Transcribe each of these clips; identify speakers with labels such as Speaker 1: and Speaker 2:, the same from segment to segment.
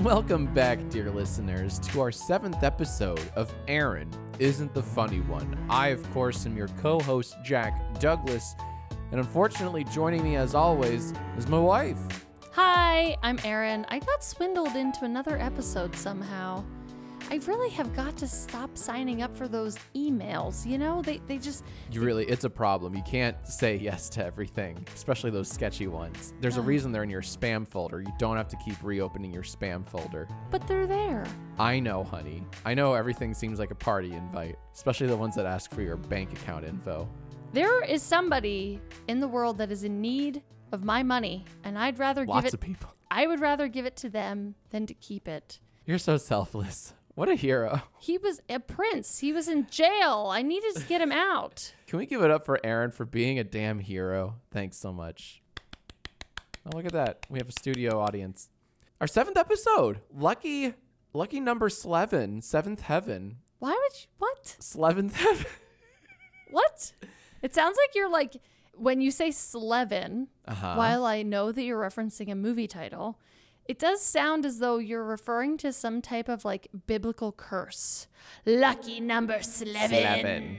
Speaker 1: Welcome back, dear listeners, to our seventh episode of Aaron Isn't the Funny One. I, of course, am your co host, Jack Douglas, and unfortunately, joining me as always is my wife.
Speaker 2: Hi, I'm Erin. I got swindled into another episode somehow. I really have got to stop signing up for those emails, you know? They, they just,
Speaker 1: You really, it's a problem. You can't say yes to everything, especially those sketchy ones. There's a reason they're in your spam folder. You don't have to keep reopening your spam folder.
Speaker 2: but they're there.
Speaker 1: I know, honey. I know everything seems like a party invite, especially the ones that ask for your bank account info.
Speaker 2: There is somebody in the world that is in need of my money, and I'd rather give
Speaker 1: Lots
Speaker 2: it,
Speaker 1: of people.
Speaker 2: I would rather give it to them than to keep it.
Speaker 1: You're so selfless. What a hero.
Speaker 2: He was a prince. He was in jail. I needed to get him out.
Speaker 1: Can we give it up for Aaron for being a damn hero? Thanks so much. Oh, look at that. We have a studio audience. Our seventh episode. Lucky, lucky number 11, seventh heaven.
Speaker 2: Why would you, what?
Speaker 1: 11th heaven.
Speaker 2: What? It sounds like you're like when you say Slevin,
Speaker 1: Uh-huh.
Speaker 2: while I know that you're referencing a movie title, it does sound as though you're referring to some type of like biblical curse. Lucky number Slevin.
Speaker 1: Slevin.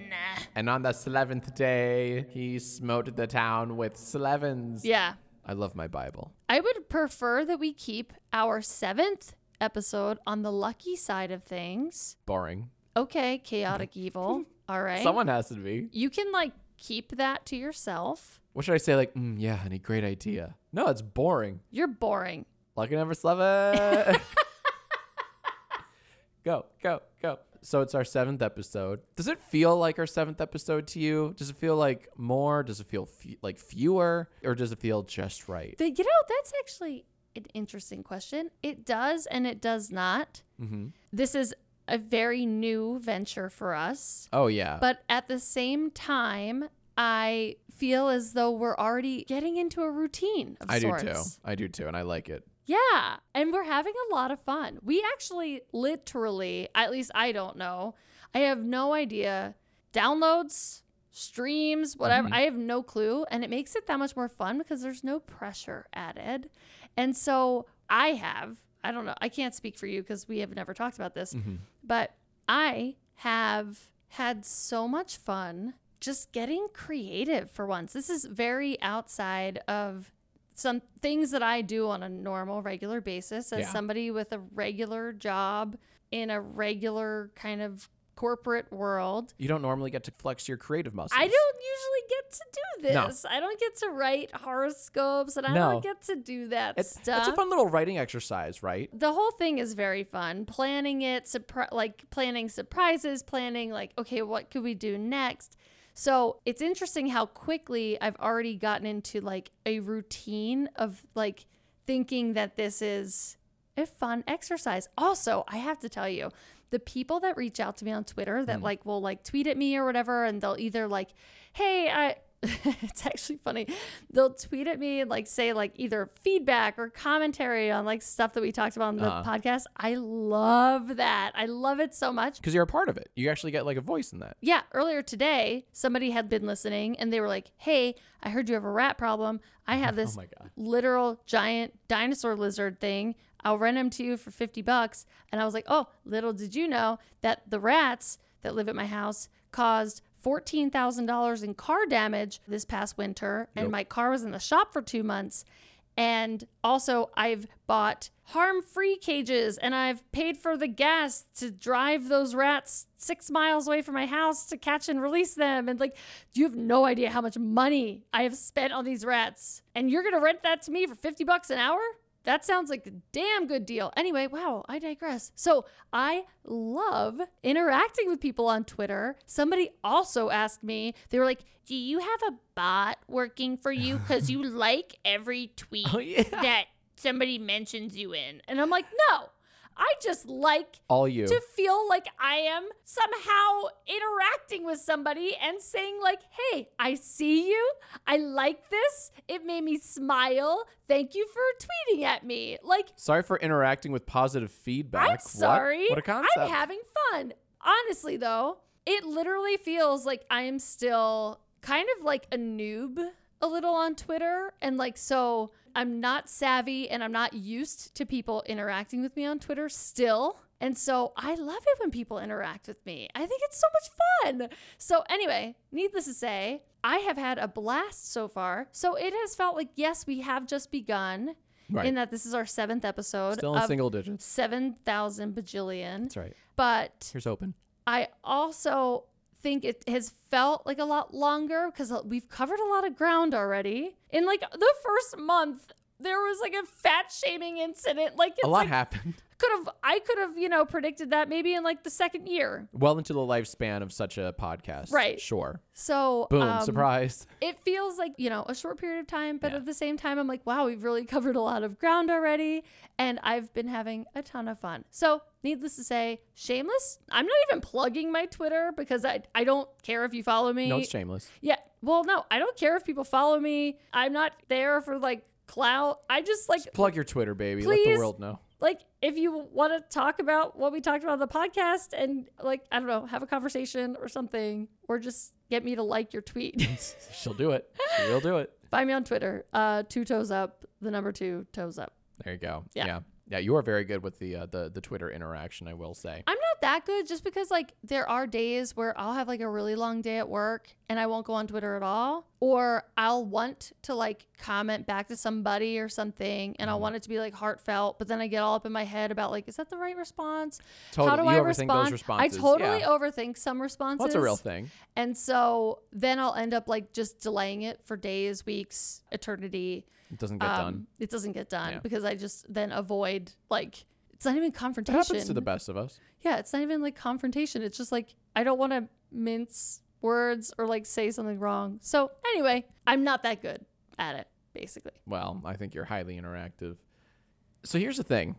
Speaker 1: And on the 11th day, he smote the town with slevens.
Speaker 2: Yeah.
Speaker 1: I love my Bible.
Speaker 2: I would prefer that we keep our seventh episode on the lucky side of things.
Speaker 1: Boring.
Speaker 2: Okay, chaotic evil. All right.
Speaker 1: Someone has to be.
Speaker 2: you can like keep that to yourself.
Speaker 1: What should I say? Like, mm, yeah, honey, great idea. No, it's boring.
Speaker 2: You're boring.
Speaker 1: Lucky number seven. go, go, go. So it's our seventh episode. Does it feel like our seventh episode to you? Does it feel like more? Does it feel fe- like fewer? Or does it feel just right?
Speaker 2: But, you know, that's actually an interesting question. It does and it does not.
Speaker 1: Mm-hmm.
Speaker 2: This is a very new venture for us.
Speaker 1: Oh, yeah.
Speaker 2: But at the same time, I feel as though we're already getting into a routine of
Speaker 1: I do
Speaker 2: sorts.
Speaker 1: too. I do too. And I like it.
Speaker 2: Yeah. And we're having a lot of fun. We actually literally, at least I don't know, I have no idea. Downloads, streams, whatever, I have no clue. And it makes it that much more fun because there's no pressure added. And so I have, I don't know, I can't speak for you because we have never talked about this,
Speaker 1: Mhm.
Speaker 2: but I have had so much fun just getting creative for once. This is very outside of some things that I do on a normal, regular basis as
Speaker 1: Yeah.
Speaker 2: somebody with a regular job in a regular kind of corporate world.
Speaker 1: You don't normally get to flex your creative muscles.
Speaker 2: I don't usually get to do
Speaker 1: No.
Speaker 2: this. I don't get to write horoscopes and I
Speaker 1: No.
Speaker 2: don't get to do that
Speaker 1: It's,
Speaker 2: stuff.
Speaker 1: it's a fun little writing exercise, right?
Speaker 2: the whole thing is very fun. Planning it, surpri- like planning surprises, planning like, okay, what could we do next? So it's interesting how quickly I've already gotten into like a routine of like thinking that this is a fun exercise. Also, I have to tell you, the people that reach out to me on Twitter that like will like tweet at me or whatever, and they'll either like, hey, I. it's actually funny. They'll tweet at me and like say like either feedback or commentary on like stuff that we talked about on the
Speaker 1: Uh-huh.
Speaker 2: podcast. I love that. I love it so much.
Speaker 1: Because you're a part of it. You actually get like a voice in that.
Speaker 2: Yeah, earlier today, somebody had been listening and they were like, "Hey, I heard you have a rat problem. I have this
Speaker 1: Oh my God.
Speaker 2: literal giant dinosaur lizard thing. I'll rent them to you for 50 bucks." And I was like, "Oh, little did you know that the rats that live at my house caused $14,000 in car damage this past winter and
Speaker 1: Yep.
Speaker 2: my car was in the shop for 2 months." And also, I've bought harm free cages and I've paid for the gas to drive those rats six miles away from my house to catch and release them. And like, you have no idea how much money I have spent on these rats. And you're going to rent that to me for 50 bucks an hour? That sounds like a damn good deal. Anyway, wow, I digress. So I love interacting with people on Twitter. Somebody also asked me, they were like, Do you have a bot working for you? Because you like every tweet
Speaker 1: Oh, yeah.
Speaker 2: that somebody mentions you in. And I'm like, No, I just like
Speaker 1: All you.
Speaker 2: to feel like I am somehow interacting with somebody and saying like, "Hey, I see you. I like this. It made me smile. Thank you for tweeting at me." Like,
Speaker 1: Sorry for interacting with positive feedback.
Speaker 2: I'm
Speaker 1: What?
Speaker 2: sorry.
Speaker 1: What, a concept.
Speaker 2: I'm having fun. Honestly, though, it literally feels like I am still kind of like a noob a little on Twitter. And like, so I'm not savvy and I'm not used to people interacting with me on Twitter still. And so I love it when people interact with me. I think it's so much fun. So, anyway, needless to say, I have had a blast so far. So it has felt like, yes, we have just begun
Speaker 1: Right.
Speaker 2: in that this is our seventh episode
Speaker 1: Still in
Speaker 2: of
Speaker 1: single digits.
Speaker 2: 7,000 bajillion.
Speaker 1: That's right.
Speaker 2: But
Speaker 1: Here's open.
Speaker 2: I also think it has felt like a lot longer because we've covered a lot of ground already. In like the first month, there was like a fat shaming incident. Like it's
Speaker 1: A lot
Speaker 2: like
Speaker 1: happened
Speaker 2: could have I could have you know predicted that maybe in like the second year.
Speaker 1: well into the lifespan of such a podcast.
Speaker 2: Right.
Speaker 1: Sure.
Speaker 2: So
Speaker 1: Boom.
Speaker 2: um,
Speaker 1: surprise.
Speaker 2: It feels like you know a short period of time, but
Speaker 1: Yeah.
Speaker 2: at the same time, I'm like, wow, we've really covered a lot of ground already, and I've been having a ton of fun. So. Needless to say, shameless. I'm not even plugging my Twitter because I, I don't care if you follow me.
Speaker 1: No, it's shameless.
Speaker 2: Yeah. Well, no, I don't care if people follow me. I'm not there for like clout. I just like
Speaker 1: Plug your Twitter, baby. Let
Speaker 2: Please.
Speaker 1: the world know.
Speaker 2: like if you want to talk about what we talked about on the podcast and like I don't know, have a conversation or something or just get me to like your tweet.
Speaker 1: She'll do it. She will do it.
Speaker 2: Find me on Twitter. Uh two toes up, the number 2 toes up.
Speaker 1: There you go.
Speaker 2: Yeah.
Speaker 1: Yeah. Yeah, you are very good with the uh, the the Twitter interaction, I will say.
Speaker 2: I'm not that good just because like there are days where I'll have like a really long day at work and I won't go on Twitter at all or I'll want to like comment back to somebody or something and I'll
Speaker 1: Mm-hmm.
Speaker 2: want it to be like heartfelt but then I get all up in my head about like is that the right response?
Speaker 1: Totally.
Speaker 2: How do
Speaker 1: you
Speaker 2: I
Speaker 1: overthink
Speaker 2: respond?
Speaker 1: those responses.
Speaker 2: I totally
Speaker 1: yeah.
Speaker 2: overthink some responses.
Speaker 1: Well, that's a real thing.
Speaker 2: And so then I'll end up like just delaying it for days, weeks, eternity.
Speaker 1: It doesn't get
Speaker 2: Um,
Speaker 1: done.
Speaker 2: It doesn't get done
Speaker 1: Yeah.
Speaker 2: because I just then avoid like it's not even
Speaker 1: It
Speaker 2: confrontation.
Speaker 1: happens to the best of us.
Speaker 2: Yeah, it's not even like confrontation. It's just like I don't want to mince words or like say something wrong. So anyway, I'm not that good at it basically.
Speaker 1: Well, I think you're highly interactive. So here's the thing.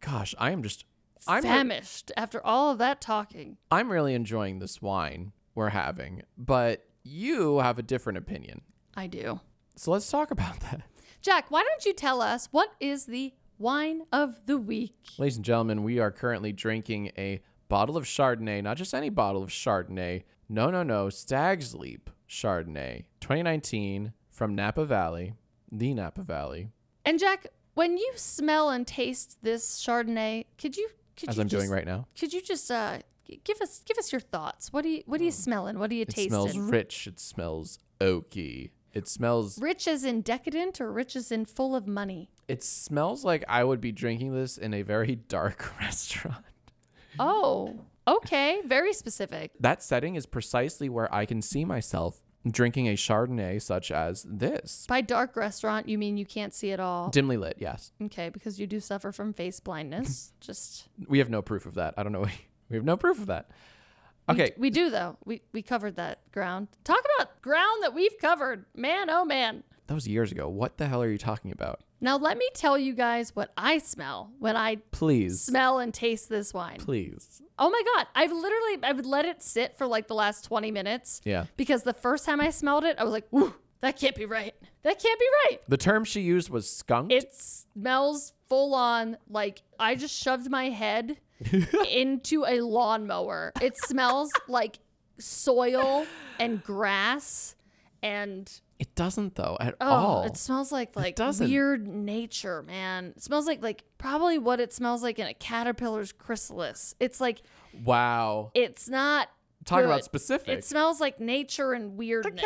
Speaker 1: Gosh, I am just I'm re-
Speaker 2: Famished after all of that talking.
Speaker 1: I'm really enjoying this wine we're having, but you have a different opinion.
Speaker 2: I do.
Speaker 1: So let's talk about that.
Speaker 2: Jack, why don't you tell us what is the wine of the week?
Speaker 1: Ladies and gentlemen, we are currently drinking a bottle of Chardonnay, not just any bottle of Chardonnay. No, no, no, Stag's Leap Chardonnay 2019 from Napa Valley, the Napa Valley,
Speaker 2: And Jack, when you smell and taste this Chardonnay, could you could
Speaker 1: as
Speaker 2: you
Speaker 1: I'm
Speaker 2: just,
Speaker 1: doing right now.
Speaker 2: Could you just uh g- give us give us your thoughts? What do you what are you smelling? What are you
Speaker 1: It
Speaker 2: tasting?
Speaker 1: smells rich, it smells oaky. It smells
Speaker 2: rich as in decadent or rich as in full of money?
Speaker 1: it smells like I would be drinking this in a very dark restaurant.
Speaker 2: Oh, okay, very specific.
Speaker 1: That setting is precisely where I can see myself drinking a Chardonnay such as this.
Speaker 2: By dark restaurant, you mean you can't see at all.
Speaker 1: Dimly lit, yes.
Speaker 2: Okay, because you do suffer from face blindness. Just
Speaker 1: We have no proof of that. I don't know. We have no proof of that. Okay.
Speaker 2: we do though. We we covered that ground. Talk about ground that we've covered. Man, oh man.
Speaker 1: That was years ago. What the hell are you talking about?
Speaker 2: Now let me tell you guys what I smell when I
Speaker 1: Please.
Speaker 2: smell and taste this wine.
Speaker 1: Please.
Speaker 2: Oh my god, I've literally I've let it sit for like the last 20 minutes
Speaker 1: Yeah.
Speaker 2: because the first time I smelled it, I was like, "Woo, that can't be right. That can't be right."
Speaker 1: The term she used was skunked.
Speaker 2: It smells full on like I just shoved my head into a lawnmower. It smells like soil and grass and
Speaker 1: it doesn't though at
Speaker 2: oh,
Speaker 1: all.
Speaker 2: it smells like like
Speaker 1: doesn't.
Speaker 2: weird nature, man. It smells like like probably what it smells like in a caterpillar's chrysalis. It's like
Speaker 1: wow.
Speaker 2: it's not
Speaker 1: Talk about
Speaker 2: good.
Speaker 1: specific.
Speaker 2: It smells like nature and weirdness.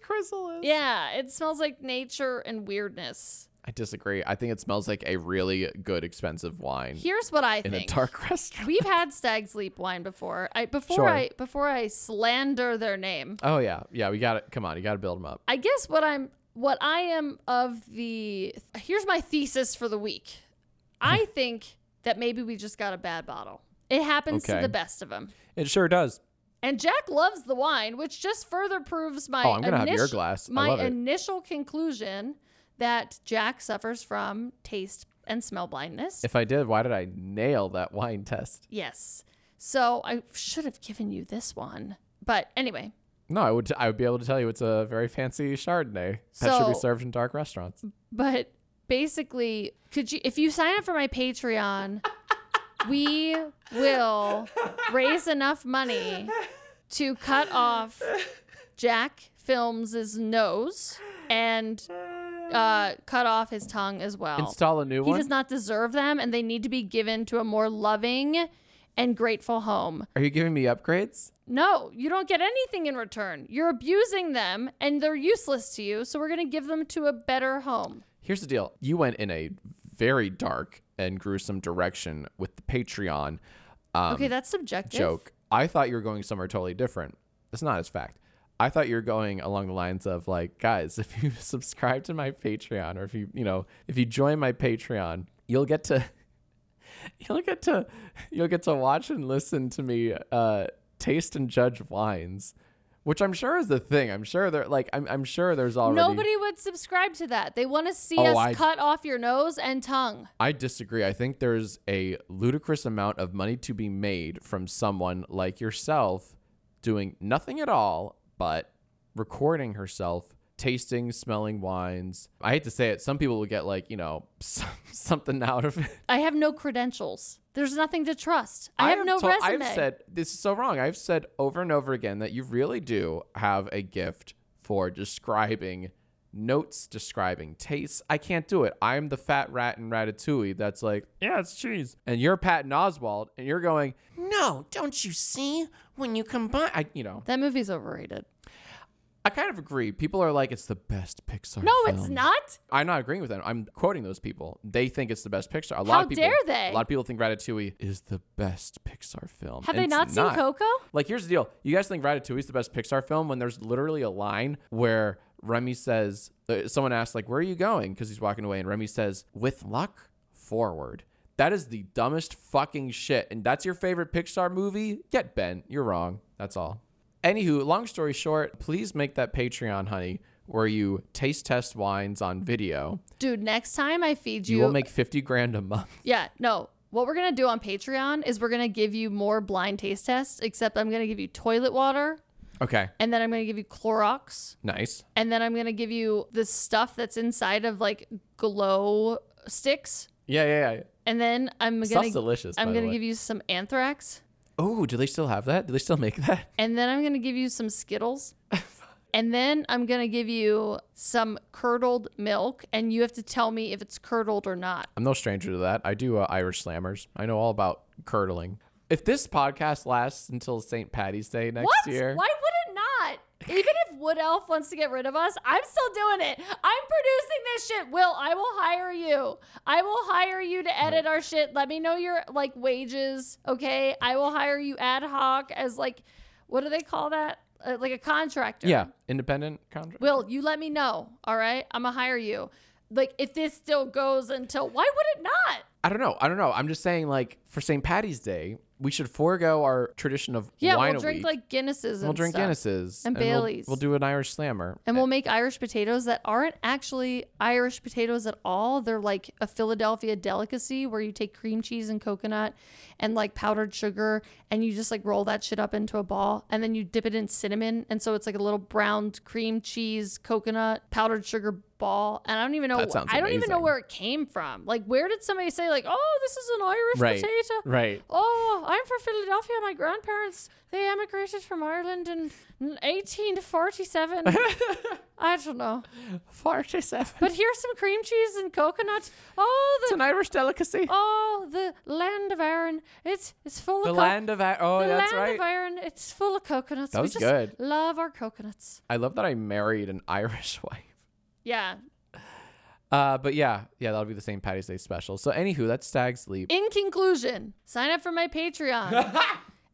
Speaker 1: chrysalis.
Speaker 2: Yeah, it smells like nature and weirdness.
Speaker 1: I disagree. I think it smells like a really good expensive wine
Speaker 2: Here's what I
Speaker 1: in
Speaker 2: think.
Speaker 1: a dark restaurant.
Speaker 2: We've had Stag's Leap wine before. I before
Speaker 1: Sure.
Speaker 2: I before I slander their name.
Speaker 1: Oh yeah, yeah. We got it. Come on, you got to build them up.
Speaker 2: I guess what I'm what I am of the here's my thesis for the week. I think that maybe we just got a bad bottle. It happens
Speaker 1: Okay.
Speaker 2: to the best of them.
Speaker 1: It sure does.
Speaker 2: And Jack loves the wine, which just further proves my
Speaker 1: Oh, I'm gonna have your
Speaker 2: initi-
Speaker 1: glass. I
Speaker 2: my
Speaker 1: love it.
Speaker 2: initial conclusion that Jack suffers from taste and smell blindness.
Speaker 1: If I did, why did I nail that wine test?
Speaker 2: yes. So I should have given you this one. But anyway,
Speaker 1: No, I would. I would be able to tell you it's a very fancy Chardonnay that should be
Speaker 2: So- Oh.
Speaker 1: served in dark restaurants.
Speaker 2: but basically, could you if you sign up for my Patreon, we will raise enough money to cut off Jack Films' nose and uh, cut off his tongue as well.
Speaker 1: Install a new
Speaker 2: he
Speaker 1: one.
Speaker 2: does not deserve them, and they need to be given to a more loving and grateful home.
Speaker 1: Are you giving me upgrades?
Speaker 2: No, you don't get anything in return. You're abusing them, and they're useless to you. So we're gonna give them to a better home.
Speaker 1: Here's the deal. You went in a very dark and gruesome direction with the Patreon um,
Speaker 2: okay, that's subjective.
Speaker 1: joke. I thought you were going somewhere totally different. It's not as fact. I thought you were going along the lines of like, guys, if you subscribe to my Patreon or if you, you know, if you join my Patreon, you'll get to you'll get to you'll get to watch and listen to me uh taste and judge wines, which I'm sure is the thing. I'm sure there like I'm I'm sure there's already
Speaker 2: Nobody would subscribe to that. They want to see
Speaker 1: Oh,
Speaker 2: us
Speaker 1: I-
Speaker 2: cut off your nose and tongue.
Speaker 1: I disagree. I think there's a ludicrous amount of money to be made from someone like yourself doing nothing at all but recording herself tasting, smelling wines. I hate to say it, some people will get like, you know, some, something out of it.
Speaker 2: I have no credentials. There's nothing to trust. I, have, no
Speaker 1: to-
Speaker 2: resume.
Speaker 1: I've said this is so wrong. I've said over and over again that you really do have a gift for describing notes, describing tastes. I can't do it. I'm the fat rat in Ratatouille that's like, yeah, it's cheese. And you're Patton Oswald, and you're going, no, don't you see when you combine? I, you know,
Speaker 2: that movie's overrated.
Speaker 1: I kind of agree. People are like, it's the best Pixar.
Speaker 2: No, it's
Speaker 1: film."
Speaker 2: not.
Speaker 1: I'm not agreeing with them. I'm quoting those people. They think it's the best Pixar. A lot
Speaker 2: How
Speaker 1: of people,
Speaker 2: dare they?
Speaker 1: A lot of people think Ratatouille is the best Pixar film.
Speaker 2: Have
Speaker 1: and
Speaker 2: they
Speaker 1: it's
Speaker 2: not seen Coco?
Speaker 1: Like, here's the deal. You guys think Ratatouille is the best Pixar film when there's literally a line where Remy says, uh, someone asks, like, where are you going? Because he's walking away. And Remy says, with luck, forward. That is the dumbest fucking shit. And that's your favorite Pixar movie? Get Ben. You're wrong. That's all. Anywho, long story short, please make that Patreon, honey, where you taste test wines on video.
Speaker 2: Dude, next time I feed you,
Speaker 1: You will make 50 grand a month.
Speaker 2: Yeah, no. What we're gonna do on Patreon is we're gonna give you more blind taste tests, except I'm gonna give you toilet water,
Speaker 1: Okay.
Speaker 2: and then I'm gonna give you Clorox,
Speaker 1: Nice.
Speaker 2: and then I'm gonna give you the stuff that's inside of like glow sticks,
Speaker 1: Yeah, yeah, yeah.
Speaker 2: and then I'm gonna
Speaker 1: Stuff's delicious.
Speaker 2: I'm
Speaker 1: by the
Speaker 2: gonna
Speaker 1: way.
Speaker 2: give you some anthrax,
Speaker 1: Oh, do they still have that? Do they still make that?
Speaker 2: and then I'm gonna give you some Skittles. And then I'm gonna give you some curdled milk, and you have to tell me if it's curdled or not.
Speaker 1: I'm no stranger to that. I do uh, Irish slammers. I know all about curdling. If this podcast lasts until St. Patty's Day next
Speaker 2: What?
Speaker 1: year,
Speaker 2: Why would it not? Even if Wood Elf wants to get rid of us, I'm still doing it. I'm producing this shit. Will, I will hire you. I will hire you to edit our shit. Let me know your like wages, okay? I will hire you ad hoc as like what do they call that? Uh, like a contractor.
Speaker 1: yeah, independent contract.
Speaker 2: Will, you let me know, all right? I'm gonna hire you. Like if this still goes until why would it not?
Speaker 1: I don't know. I don't know. I'm just saying, like for St. Patty's Day, we should forego our tradition of
Speaker 2: Yeah,
Speaker 1: wine
Speaker 2: we'll
Speaker 1: a
Speaker 2: drink
Speaker 1: week.
Speaker 2: like Guinnesses and
Speaker 1: we'll drink
Speaker 2: stuff.
Speaker 1: Guinnesses
Speaker 2: And
Speaker 1: we'll-
Speaker 2: Baileys.
Speaker 1: We'll, do an Irish slammer.
Speaker 2: And we'll make Irish potatoes that aren't actually Irish potatoes at all. They're like a Philadelphia delicacy where you take cream cheese and coconut and like powdered sugar and you just like roll that shit up into a ball and then you dip it in cinnamon. And so it's like a little browned cream cheese, coconut, powdered sugar ball. And I don't even know
Speaker 1: That sounds
Speaker 2: I don't even know
Speaker 1: amazing.
Speaker 2: where it came from. Like where did somebody say like, "Oh, this is an Irish
Speaker 1: right,
Speaker 2: potato?"
Speaker 1: right.
Speaker 2: Oh, I'm from Philadelphia. My grandparents they emigrated from Ireland in 1847. I don't know.
Speaker 1: Forty-seven.
Speaker 2: But here's some cream cheese and coconut. Oh,
Speaker 1: it's
Speaker 2: the
Speaker 1: an Irish delicacy.
Speaker 2: oh the land of Iron. It's it's full
Speaker 1: the
Speaker 2: of co-
Speaker 1: land of I- oh,
Speaker 2: the
Speaker 1: that's
Speaker 2: land
Speaker 1: right.
Speaker 2: of Iron. It's full of coconuts.
Speaker 1: That
Speaker 2: we
Speaker 1: was
Speaker 2: just
Speaker 1: good.
Speaker 2: Love our coconuts.
Speaker 1: I love that I married an Irish wife.
Speaker 2: Yeah.
Speaker 1: Uh, but yeah, yeah, that'll be the St. Patty's Day special. So, anywho, that's Stag Sleep.
Speaker 2: In conclusion, sign up for my Patreon.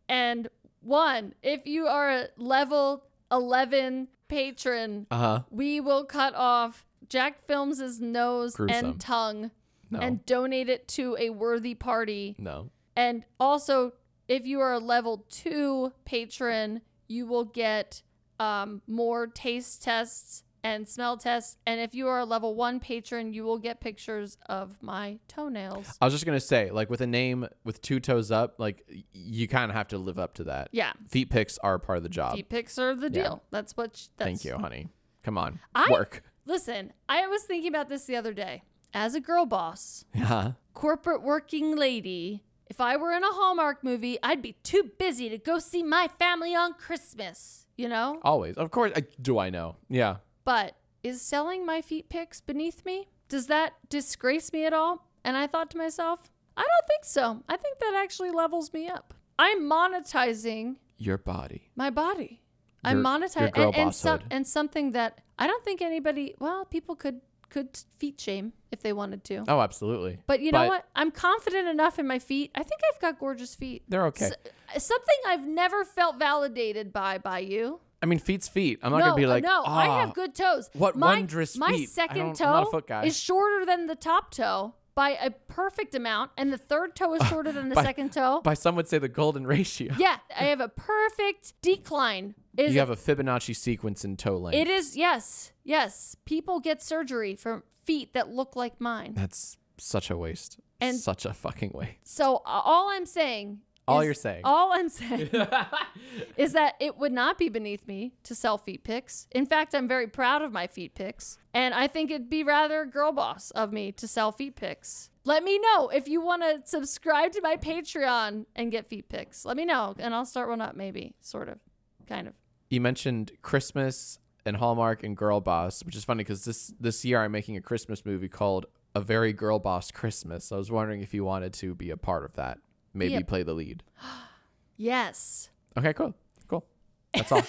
Speaker 2: and one, if you are a level 11 patron,
Speaker 1: Uh huh.
Speaker 2: we will cut off Jack Films' nose
Speaker 1: Gruesome.
Speaker 2: and tongue
Speaker 1: No.
Speaker 2: and donate it to a worthy party.
Speaker 1: no.
Speaker 2: And also, if you are a level two patron, you will get um, more taste tests and smell tests. And if you are a level one patron, you will get pictures of my toenails.
Speaker 1: I was just gonna say, like, with a name with two toes up, like, y- you kind of have to live up to that.
Speaker 2: Yeah.
Speaker 1: Feet picks are part of the job.
Speaker 2: Feet pics are the
Speaker 1: Uh, yeah.
Speaker 2: deal. That's what. Sh- that's,
Speaker 1: Thank you, honey. Come on,
Speaker 2: I-
Speaker 1: work.
Speaker 2: Listen, I was thinking about this the other day. As a girl boss,
Speaker 1: Yeah.
Speaker 2: corporate working lady, if I were in a Hallmark movie, I'd be too busy to go see my family on Christmas, you know?
Speaker 1: Always, of course. I, do I know? Yeah.
Speaker 2: But Is selling my feet pics beneath me? Does that disgrace me at all? And I thought to myself, I don't think so. I think that actually levels me up. I'm monetizing
Speaker 1: Your body.
Speaker 2: my body. I'm
Speaker 1: Your- your
Speaker 2: monetizing
Speaker 1: girl
Speaker 2: and, and, some,
Speaker 1: bosshood.
Speaker 2: and something that I don't think anybody. Well, people could could feet shame if they wanted to.
Speaker 1: Oh, absolutely.
Speaker 2: But you know what? I'm confident enough in my feet. I think I've got gorgeous feet.
Speaker 1: They're okay.
Speaker 2: S- something I've never felt validated by by you.
Speaker 1: I mean, feet's feet. I'm not
Speaker 2: no,
Speaker 1: gonna be like,
Speaker 2: no, I
Speaker 1: "Ah,
Speaker 2: have good toes.
Speaker 1: what
Speaker 2: my,
Speaker 1: wondrous
Speaker 2: My
Speaker 1: feet. I
Speaker 2: 2nd
Speaker 1: don't-
Speaker 2: toe
Speaker 1: I'm not a foot guy.
Speaker 2: is shorter than the top toe by a perfect amount, and the third toe is shorter than the
Speaker 1: By-
Speaker 2: second toe.
Speaker 1: By some would say the golden ratio.
Speaker 2: yeah, I have a perfect decline. Is
Speaker 1: you have a Fibonacci sequence in toe length.
Speaker 2: it is yes, yes. People get surgery for feet that look like mine.
Speaker 1: That's such a waste.
Speaker 2: And-
Speaker 1: such a fucking waste.
Speaker 2: So uh, all I'm saying.
Speaker 1: All
Speaker 2: is-
Speaker 1: you're saying.
Speaker 2: All I'm saying is that it would not be beneath me to sell feet pics. In fact, I'm very proud of my feet pics, and I think it'd be rather girl boss of me to sell feet pics. Let me know if you want to subscribe to my Patreon and get feet pics. Let me know, and I'll start one up, maybe, sort of, kind of.
Speaker 1: you mentioned Christmas and Hallmark and Girl Boss, which is funny because this this year I'm making a Christmas movie called A Very Girl Boss Christmas. I was wondering if you wanted to be a part of that, maybe
Speaker 2: Yep.
Speaker 1: play the lead.
Speaker 2: Yes.
Speaker 1: Okay, cool, cool. That's all.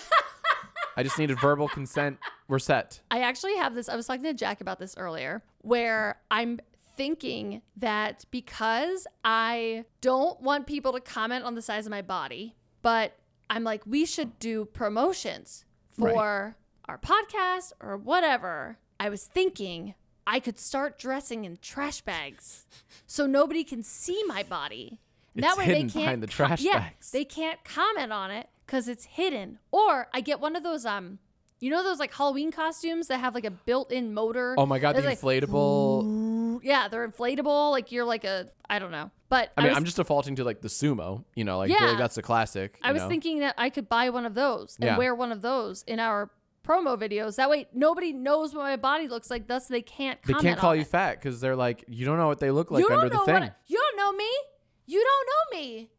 Speaker 1: I just needed verbal consent. We're set.
Speaker 2: I actually have this. I was talking to Jack about this earlier, where I'm thinking that because I don't want people to comment on the size of my body, but I'm like, we should do promotions
Speaker 1: Right.
Speaker 2: for our podcast or whatever. I was thinking I could start dressing in trash bags so nobody can see my body. And
Speaker 1: It's hidden behind the trash
Speaker 2: yeah,
Speaker 1: bags.
Speaker 2: They can't comment on it because it's hidden. Or I get one of those um, you know those like Halloween costumes that have like a built-in motor.
Speaker 1: Oh my god, the
Speaker 2: That's like,
Speaker 1: inflatable.
Speaker 2: yeah, they're inflatable. Like you're like a I don't know, but
Speaker 1: I mean,
Speaker 2: was,
Speaker 1: I'm just defaulting to like the sumo. You know, like,
Speaker 2: Yeah.
Speaker 1: like, that's a classic.
Speaker 2: I
Speaker 1: you
Speaker 2: was
Speaker 1: know?
Speaker 2: thinking that I could buy one of those and
Speaker 1: Yeah.
Speaker 2: wear one of those in our promo videos. That way, nobody knows what my body looks like. Thus, they can't.
Speaker 1: they
Speaker 2: comment
Speaker 1: can't call
Speaker 2: on
Speaker 1: you
Speaker 2: it.
Speaker 1: fat because they're like, you don't know what they look like
Speaker 2: you
Speaker 1: under
Speaker 2: don't know
Speaker 1: the thing.
Speaker 2: what. I- you don't know me. You don't know me.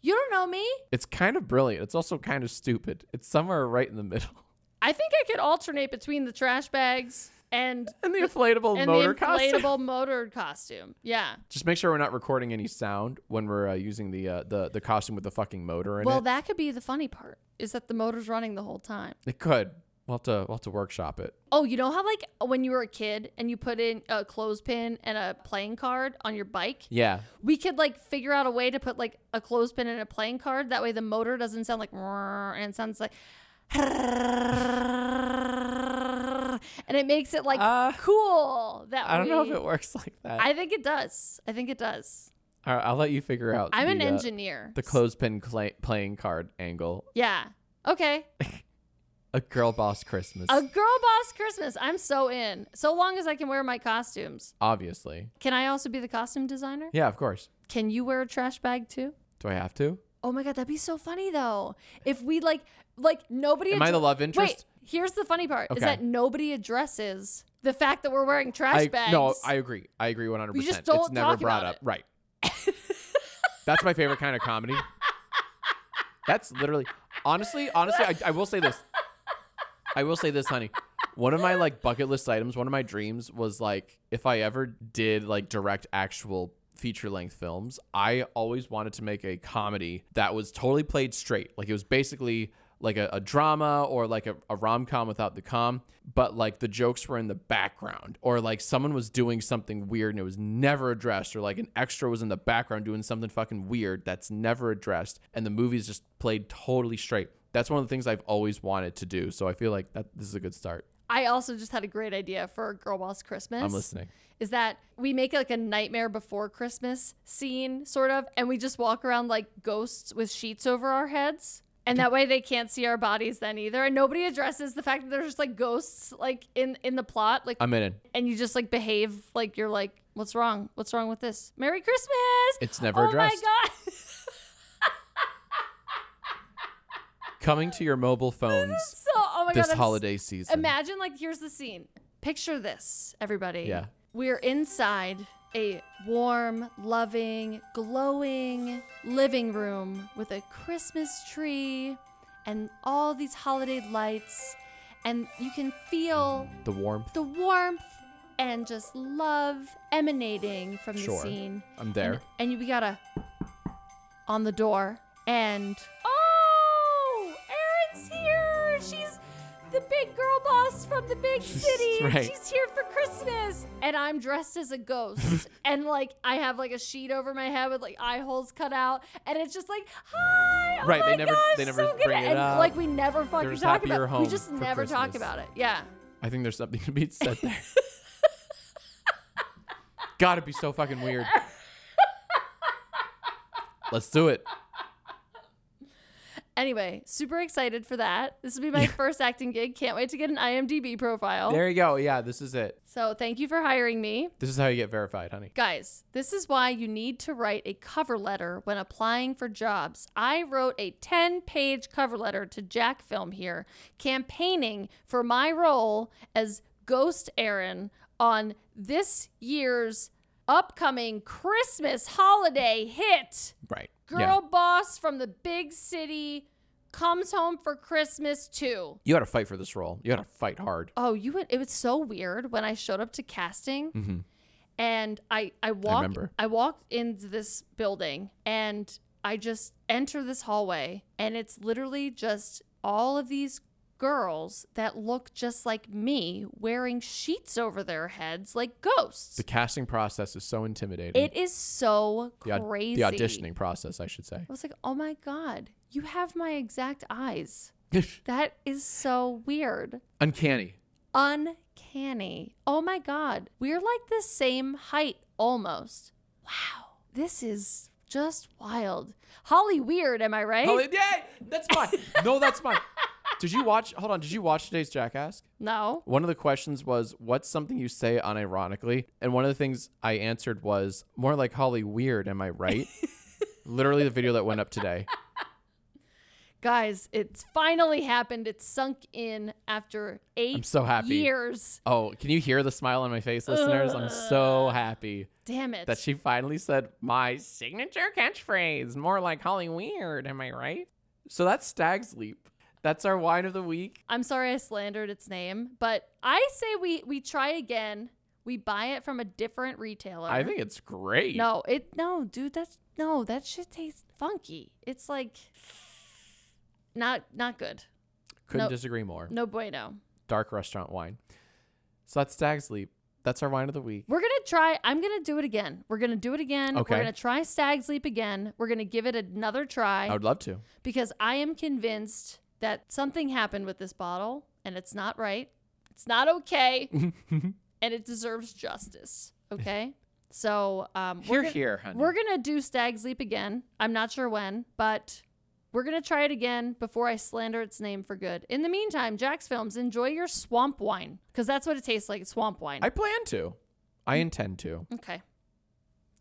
Speaker 2: You don't know me.
Speaker 1: it's kind of brilliant. It's also kind of stupid. It's somewhere right in the middle.
Speaker 2: I think I could alternate between the trash bags and
Speaker 1: And the inflatable
Speaker 2: and
Speaker 1: motor
Speaker 2: the inflatable
Speaker 1: costume.
Speaker 2: motor costume. Yeah.
Speaker 1: Just make sure we're not recording any sound when we're uh, using the, uh, the the costume with the fucking motor in
Speaker 2: Well,
Speaker 1: it.
Speaker 2: that could be the funny part is that the motor's running the whole time.
Speaker 1: it could. We'll have to we'll have to workshop it.
Speaker 2: Oh, you know how like when you were a kid and you put in a clothespin and a playing card on your bike?
Speaker 1: Yeah.
Speaker 2: We could like figure out a way to put like a clothespin and a playing card. That way the motor doesn't sound like "Rrrr," and it sounds like and it makes it like
Speaker 1: Uh,
Speaker 2: cool that
Speaker 1: I don't know if
Speaker 2: we-
Speaker 1: it works like that. I,
Speaker 2: I think it does. I think it does.
Speaker 1: right, I'll let you figure out.
Speaker 2: I'm
Speaker 1: the,
Speaker 2: an
Speaker 1: uh,
Speaker 2: engineer.
Speaker 1: the clothespin cla playing card angle.
Speaker 2: Yeah. Okay.
Speaker 1: A girl boss Christmas.
Speaker 2: A girl boss Christmas. I'm so in. So long as I can wear my costumes.
Speaker 1: obviously.
Speaker 2: Can I also be the costume designer?
Speaker 1: Yeah, of course.
Speaker 2: Can you wear a trash bag too?
Speaker 1: Do I have to?
Speaker 2: Oh my god, that'd be so funny though. If we like like nobody
Speaker 1: Am I the
Speaker 2: addre-
Speaker 1: love interest?
Speaker 2: Wait, here's the funny part is
Speaker 1: Okay.
Speaker 2: that nobody addresses the fact that we're wearing trash
Speaker 1: I,
Speaker 2: bags.
Speaker 1: No, I agree. I agree 100%.
Speaker 2: We just
Speaker 1: it's
Speaker 2: don't
Speaker 1: never
Speaker 2: talk
Speaker 1: brought
Speaker 2: about
Speaker 1: up.
Speaker 2: it.
Speaker 1: Right. That's my favorite kind of comedy. That's literally, honestly, honestly, I, I will say this. I will say this, honey. One of my like bucket list items, one of my dreams was like if I ever did like direct actual feature length films, I always wanted to make a comedy that was totally played straight. Like it was basically like a, a drama or like a, a rom com without the com, but like the jokes were in the background or like someone was doing something weird and it was never addressed or like an extra was in the background doing something fucking weird that's never addressed and the movie's just played totally straight that's one of the things I've always wanted to do. So I feel like that this is a good start.
Speaker 2: I also just had a great idea for Girl Boss Christmas.
Speaker 1: I'm listening.
Speaker 2: Is that we make like a nightmare before Christmas scene, sort of, and we just walk around like ghosts with sheets over our heads. And that way they can't see our bodies then either. And nobody addresses the fact that there's just like ghosts like in in the plot. Like
Speaker 1: I'm in it.
Speaker 2: and you just like behave like you're like, what's wrong? What's wrong with this? Merry Christmas!
Speaker 1: It's never
Speaker 2: oh
Speaker 1: addressed.
Speaker 2: my god!
Speaker 1: Coming to your mobile phones
Speaker 2: So oh my god!
Speaker 1: this
Speaker 2: I'm s-
Speaker 1: holiday season.
Speaker 2: Imagine like here's the scene. Picture this, everybody.
Speaker 1: Yeah.
Speaker 2: We're inside a warm, loving, glowing living room with a Christmas tree and all these holiday lights and you can feel
Speaker 1: The warmth.
Speaker 2: the warmth and just love emanating from
Speaker 1: Sure.
Speaker 2: the scene.
Speaker 1: I'm there.
Speaker 2: And, and you we got a on the door and oh, Erin's here. She's the big girl boss from the big city.
Speaker 1: Right.
Speaker 2: She's here for Christmas. And I'm dressed as a ghost. and like I have like a sheet over my head with like eye holes cut out. And it's just like, hi. Oh
Speaker 1: Right, they
Speaker 2: my
Speaker 1: never-
Speaker 2: gosh,
Speaker 1: they never
Speaker 2: so good.
Speaker 1: bring it
Speaker 2: and
Speaker 1: up.
Speaker 2: like we never fucking
Speaker 1: just
Speaker 2: talk
Speaker 1: happy you're
Speaker 2: about it.
Speaker 1: home
Speaker 2: We just
Speaker 1: for
Speaker 2: never talk
Speaker 1: Christmas.
Speaker 2: about it. Yeah.
Speaker 1: I think there's something to be said there. Gotta be so fucking weird. Let's do it.
Speaker 2: Anyway, super excited for that. This will be my first acting gig. Can't wait to get an IMDb profile.
Speaker 1: There you go. Yeah, this is it.
Speaker 2: So, thank you for hiring me.
Speaker 1: This is how you get verified, honey.
Speaker 2: Guys, this is why you need to write a cover letter when applying for jobs. I wrote a 10 page cover letter to Jack Film here, campaigning for my role as Ghost Aaron on this year's upcoming Christmas holiday hit.
Speaker 1: Right.
Speaker 2: Girl boss from the big city comes home for Christmas too.
Speaker 1: You gotta fight for this role. You gotta fight hard.
Speaker 2: Oh, you would. It was so weird when I showed up to casting,
Speaker 1: Mm-hmm.
Speaker 2: and I I walked
Speaker 1: remember.
Speaker 2: I, walked into this building, and I just enter this hallway, and it's literally just all of these girls that look just like me, wearing sheets over their heads like ghosts.
Speaker 1: The casting process is so intimidating.
Speaker 2: It is so
Speaker 1: the, au-
Speaker 2: crazy.
Speaker 1: the auditioning process, I should say.
Speaker 2: I was like, oh my god, you have my exact eyes. That is so weird.
Speaker 1: Uncanny.
Speaker 2: uncanny. Oh my God. We're like the same height almost. Wow. This is just wild. Holly weird, am I right?
Speaker 1: Oh, yeah, that's fine. no, that's fine. Did you watch? Hold on. Did you watch today's Jackass?
Speaker 2: no.
Speaker 1: One of the questions was, "What's something you say unironically?" And one of the things I answered was, "More like Holly Weird." Am I right? Literally, the video that went up today.
Speaker 2: Guys, it's finally happened. It's sunk in after 8
Speaker 1: I'm so happy.
Speaker 2: years.
Speaker 1: Oh, can you hear the smile on my face, listeners? I'm so happy
Speaker 2: Damn it.
Speaker 1: that she finally said my signature catchphrase. More like Holly Weird. Am I right? So that's Stag's Leap. That's our wine of the week.
Speaker 2: I'm sorry I slandered its name, but I say we we try again. We buy it from a different retailer.
Speaker 1: I think it's great.
Speaker 2: No, it no, dude. That's no. That shit tastes funky. It's like not not good.
Speaker 1: Couldn't
Speaker 2: no.
Speaker 1: disagree more.
Speaker 2: No bueno.
Speaker 1: Dark restaurant wine. So that's Stag's Leap. That's our wine of the week.
Speaker 2: We're gonna try. I'm gonna do it again. We're gonna do it again.
Speaker 1: Okay.
Speaker 2: We're gonna try Stag's Leap again. We're gonna give it another try
Speaker 1: I would love to.
Speaker 2: because I am convinced that something happened with this bottle and it's not right. It's not okay, and it deserves justice. Okay. So um, we're gonna-
Speaker 1: here, honey.
Speaker 2: We're gonna do Stag's Leap again. I'm not sure when, but we're gonna try it again before I slander its name for good. In the meantime, Jack's Films, enjoy your swamp wine because that's what it tastes like. It's swamp wine.
Speaker 1: I plan to. I
Speaker 2: Mm.
Speaker 1: intend to.
Speaker 2: okay.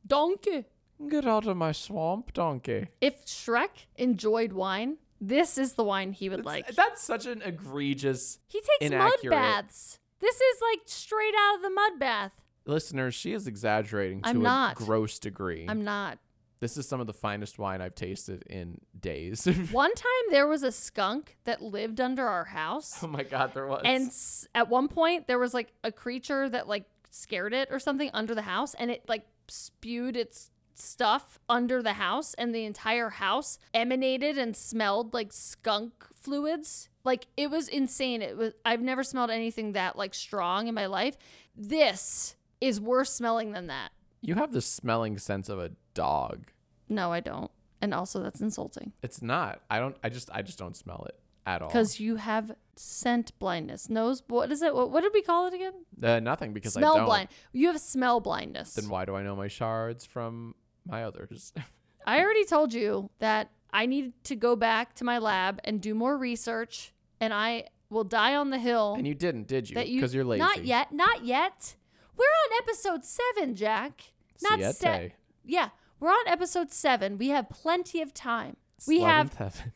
Speaker 2: Donkey.
Speaker 1: Get out of my swamp, donkey.
Speaker 2: If Shrek enjoyed wine, this is the wine he would like.
Speaker 1: That's such an egregious.
Speaker 2: he takes mud
Speaker 1: inaccurate.
Speaker 2: baths. This is like straight out of the mud bath.
Speaker 1: Listeners, she is exaggerating to
Speaker 2: I'm
Speaker 1: a
Speaker 2: not.
Speaker 1: gross degree.
Speaker 2: I'm not.
Speaker 1: this is some of the finest wine I've tasted in days.
Speaker 2: One time there was a skunk that lived under our house.
Speaker 1: oh my god, there was.
Speaker 2: and s- at one point there was like a creature that like scared it or something under the house and it like spewed its stuff under the house and the entire house emanated and smelled like skunk fluids like it was insane it was i've never smelled anything that like strong in my life this is worse smelling than that
Speaker 1: you have the smelling sense of a dog.
Speaker 2: no i don't and also that's insulting
Speaker 1: It's not. I don't. I just. I just don't smell it at all.
Speaker 2: because you have scent blindness nose what is it what, what did we call it again
Speaker 1: uh, nothing. Because I
Speaker 2: smell
Speaker 1: don't.
Speaker 2: blind you have smell blindness
Speaker 1: Then why do I know my shards from my others?
Speaker 2: I already told you that I need to go back to my lab and do more research, and I will die on the hill.
Speaker 1: and you didn't, did you?
Speaker 2: that you
Speaker 1: Because you're lazy.
Speaker 2: Not yet. Not yet. We're on episode seven, Jack. Not
Speaker 1: Siete.
Speaker 2: se- Yeah, we're on episode seven. We have plenty of time. We have
Speaker 1: Eleventh heaven.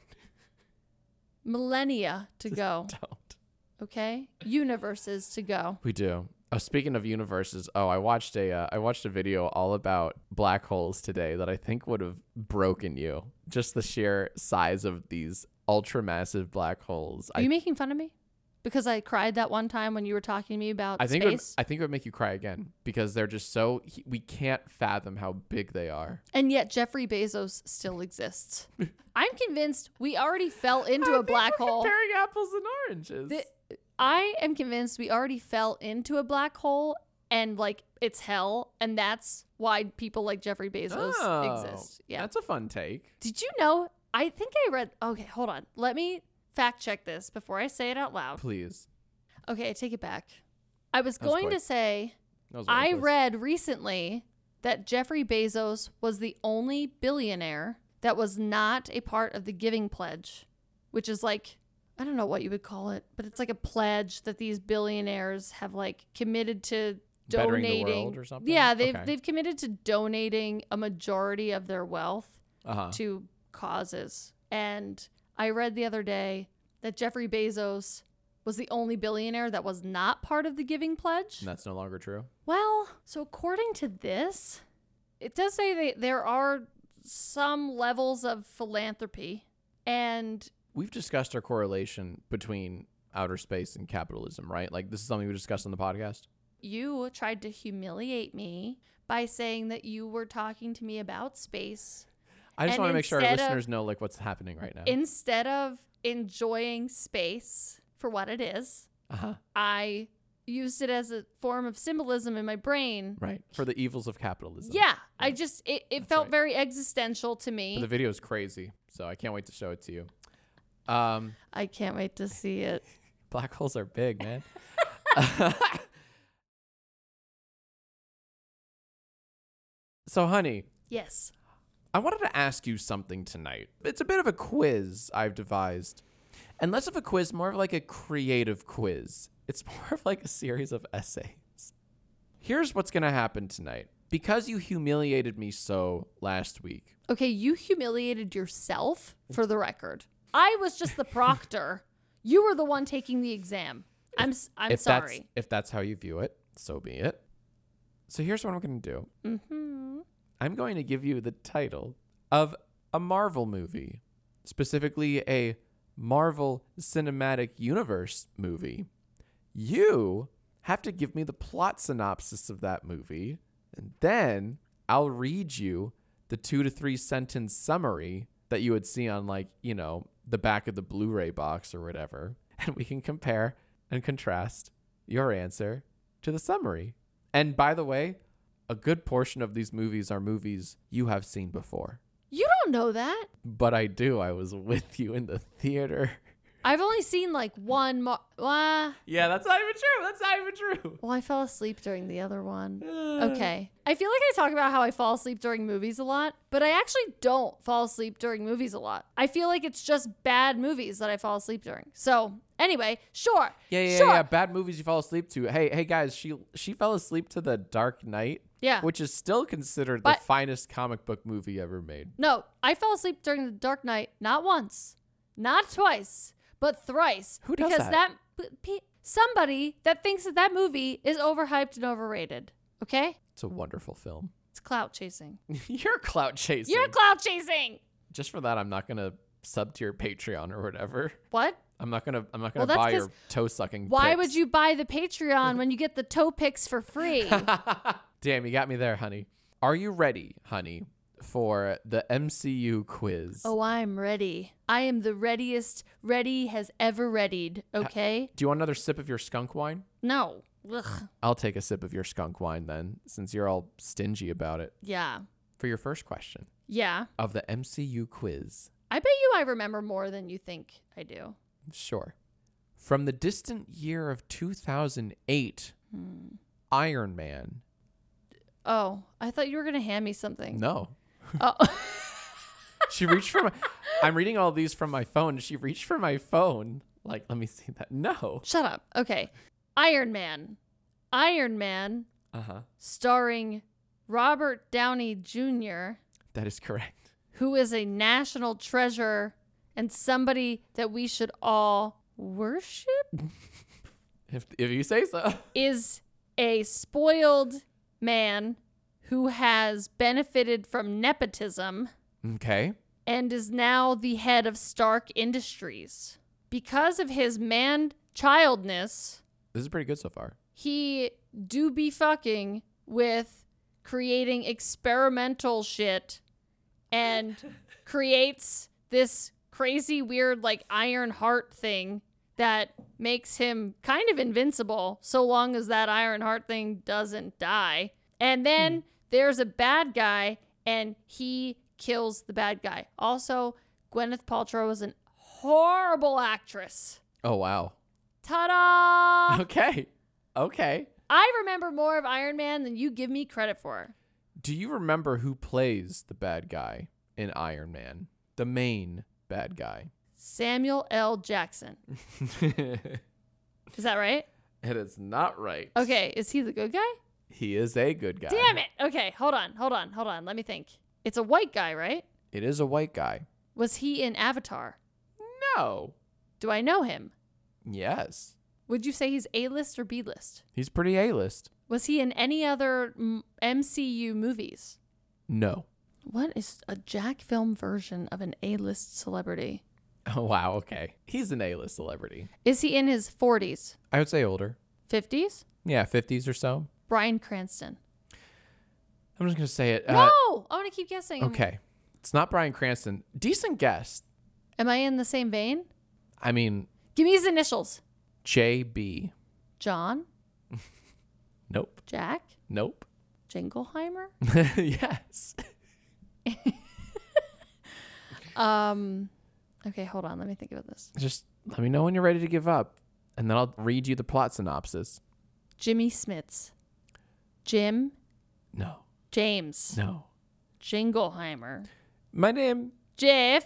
Speaker 2: millennia to go.
Speaker 1: Don't.
Speaker 2: Okay, universes to go.
Speaker 1: We do. Oh, speaking of universes, oh, I watched a uh, I watched a video all about black holes today that I think would have broken you. Just the sheer size of these ultra massive black holes.
Speaker 2: Are
Speaker 1: I
Speaker 2: you making fun of me? because I cried that one time when you were talking to me about
Speaker 1: I think it would,
Speaker 2: space.
Speaker 1: I think it would make you cry again because they're just so he- we can't fathom how big they are.
Speaker 2: and yet Jeffrey Bezos still exists. I'm convinced we already fell into a black hole.
Speaker 1: Comparing apples and oranges.
Speaker 2: Th- I am convinced we already fell into a black hole and like it's hell and that's why people like Jeffrey Bezos
Speaker 1: Oh,
Speaker 2: exist. Yeah.
Speaker 1: That's a fun take.
Speaker 2: Did you know? I think I read Okay, hold on. Let me fact check this before I say it out loud.
Speaker 1: Please.
Speaker 2: Okay, I take it back. I was
Speaker 1: That was
Speaker 2: going to
Speaker 1: quick.
Speaker 2: say
Speaker 1: That was
Speaker 2: I
Speaker 1: reckless.
Speaker 2: read recently that Jeffrey Bezos was the only billionaire that was not a part of the Giving Pledge, which is like, I don't know what you would call it, but it's like a pledge that these billionaires have like committed to
Speaker 1: Bettering the
Speaker 2: donating.
Speaker 1: world or something?
Speaker 2: Yeah, they've,
Speaker 1: Okay.
Speaker 2: they've committed to donating a majority of their wealth
Speaker 1: Uh-huh.
Speaker 2: to causes. And I read the other day that Jeffrey Bezos was the only billionaire that was not part of the Giving Pledge.
Speaker 1: And that's no longer true.
Speaker 2: Well, so according to this, it does say that there are some levels of philanthropy. And
Speaker 1: We've discussed our correlation between outer space and capitalism, right? Like this is something we discussed on the podcast.
Speaker 2: you tried to humiliate me by saying that you were talking to me about space
Speaker 1: I just
Speaker 2: And
Speaker 1: want to make sure our
Speaker 2: instead of-
Speaker 1: listeners know like what's happening right now.
Speaker 2: instead of enjoying space for what it is.
Speaker 1: uh-huh.
Speaker 2: I used it as a form of symbolism in my brain.
Speaker 1: Right. For the evils of capitalism.
Speaker 2: Yeah, I just it, it felt
Speaker 1: right.
Speaker 2: very existential to me.
Speaker 1: But the video is crazy, so I can't wait to show it to you. Um,
Speaker 2: I can't wait to see it.
Speaker 1: black holes are big, man. so, honey,
Speaker 2: Yes.
Speaker 1: I wanted to ask you something tonight. It's a bit of a quiz I've devised. And less of a quiz, more of like a creative quiz. It's more of like a series of essays. Here's what's going to happen tonight. Because you humiliated me so last week,
Speaker 2: Okay, you humiliated yourself for the record. I was just the proctor. you were the one taking the exam. I'm s- I'm
Speaker 1: if that's
Speaker 2: sorry.
Speaker 1: if that's how you view it, so be it. So here's what I'm going to do.
Speaker 2: hmm
Speaker 1: I'm going to give you the title of a Marvel movie, specifically a Marvel Cinematic Universe movie. You have to give me the plot synopsis of that movie, and then I'll read you the two to three sentence summary that you would see on, like, you know, the back of the Blu ray box or whatever. And we can compare and contrast your answer to the summary. And by the way, a good portion of these movies are movies you have seen before.
Speaker 2: You don't know that.
Speaker 1: But I do. I was with you in the theater.
Speaker 2: I've only seen like one. Mar- uh,
Speaker 1: Yeah, that's not even true. That's not even true.
Speaker 2: well, I fell asleep during the other one. Okay. I feel like I talk about how I fall asleep during movies a lot, but I actually don't fall asleep during movies a lot. I feel like it's just bad movies that I fall asleep during. So, anyway, sure.
Speaker 1: Yeah, yeah,
Speaker 2: sure.
Speaker 1: yeah. Bad movies you fall asleep to. Hey, hey guys, she she fell asleep to The Dark Knight,
Speaker 2: Yeah.
Speaker 1: which is still considered
Speaker 2: But-
Speaker 1: the finest comic book movie ever made.
Speaker 2: No, I fell asleep during the Dark Knight not once, not twice, but thrice.
Speaker 1: Who does
Speaker 2: because
Speaker 1: that?
Speaker 2: that pe- somebody that thinks that that movie is overhyped and overrated. Okay,
Speaker 1: It's a wonderful film.
Speaker 2: it's clout chasing.
Speaker 1: You're clout chasing.
Speaker 2: You're clout chasing.
Speaker 1: Just for that, I'm not gonna sub to your Patreon or whatever.
Speaker 2: What?
Speaker 1: I'm not gonna I'm not gonna
Speaker 2: that's
Speaker 1: buy
Speaker 2: 'cause-
Speaker 1: your toe sucking.
Speaker 2: Why would you buy the Patreon when you get the toe picks for free?
Speaker 1: Damn, you got me there, honey. Are you ready, honey, for the MCU quiz?
Speaker 2: oh, I'm ready. I am the readiest ready has ever readied. Okay.
Speaker 1: Do you want another sip of your skunk wine?
Speaker 2: No. Ugh.
Speaker 1: I'll take a sip of your skunk wine then, since you're all stingy about it.
Speaker 2: Yeah.
Speaker 1: For your first question
Speaker 2: Yeah.
Speaker 1: of the MCU quiz.
Speaker 2: I bet you I remember more than you think I do.
Speaker 1: Sure. From the distant year of 2008, Iron Man.
Speaker 2: Oh, I thought you were gonna hand me something.
Speaker 1: No.
Speaker 2: Oh,
Speaker 1: She reached for my. I'm reading all these from my phone. She reached for my phone. Like, let me see that. No.
Speaker 2: shut up. Okay, Iron Man, Iron Man,
Speaker 1: Uh huh.
Speaker 2: starring Robert Downey Jr.,
Speaker 1: That is correct.
Speaker 2: who is a national treasure and somebody that we should all worship,
Speaker 1: If, if you say so.
Speaker 2: is a spoiled man who has benefited from nepotism
Speaker 1: Okay.
Speaker 2: and is now the head of Stark Industries. because of his man childness,
Speaker 1: This is pretty good so far.
Speaker 2: he do be fucking with creating experimental shit and creates this crazy weird like iron heart thing that makes him kind of invincible so long as that iron heart thing doesn't die and then there's a bad guy and he kills the bad guy also gwyneth paltrow is an horrible actress
Speaker 1: Oh wow.
Speaker 2: ta-da
Speaker 1: Okay. Okay.
Speaker 2: I remember more of Iron Man than you give me credit for.
Speaker 1: Do you remember who plays the bad guy in Iron Man? The main bad guy.
Speaker 2: Samuel L. Jackson.
Speaker 1: it
Speaker 2: Is that right?
Speaker 1: is not right.
Speaker 2: Okay, is he the good guy?
Speaker 1: He is a good guy.
Speaker 2: Damn it. Okay, hold on, hold on, hold on. Let me think. It's a white guy, right?
Speaker 1: It is a white guy.
Speaker 2: Was he in Avatar?
Speaker 1: No.
Speaker 2: Do I know him?
Speaker 1: Yes.
Speaker 2: Would you say he's A list or B list?
Speaker 1: He's pretty A list.
Speaker 2: Was he in any other m- MCU movies?
Speaker 1: No.
Speaker 2: What is a Jack film version of an A list celebrity?
Speaker 1: Oh wow, okay. He's an A list celebrity.
Speaker 2: Is he in his 40s,
Speaker 1: I would say older.
Speaker 2: 50s?
Speaker 1: Yeah, fifties or so.
Speaker 2: Brian Cranston.
Speaker 1: I'm just gonna say it. Uh,
Speaker 2: no! I want to keep guessing.
Speaker 1: okay. It's not Brian Cranston. Decent guess.
Speaker 2: Am I in the same vein?
Speaker 1: I mean,
Speaker 2: Give me his initials.
Speaker 1: J B.
Speaker 2: John,
Speaker 1: Nope.
Speaker 2: Jack,
Speaker 1: Nope.
Speaker 2: Jingleheimer.
Speaker 1: yes.
Speaker 2: Um, okay, hold on. Let me think about this.
Speaker 1: Just let me know when you're ready to give up, and then I'll read you the plot synopsis.
Speaker 2: Jimmy Smits, Jim
Speaker 1: No.
Speaker 2: James,
Speaker 1: No.
Speaker 2: Jingleheimer,
Speaker 1: My name
Speaker 2: Jeff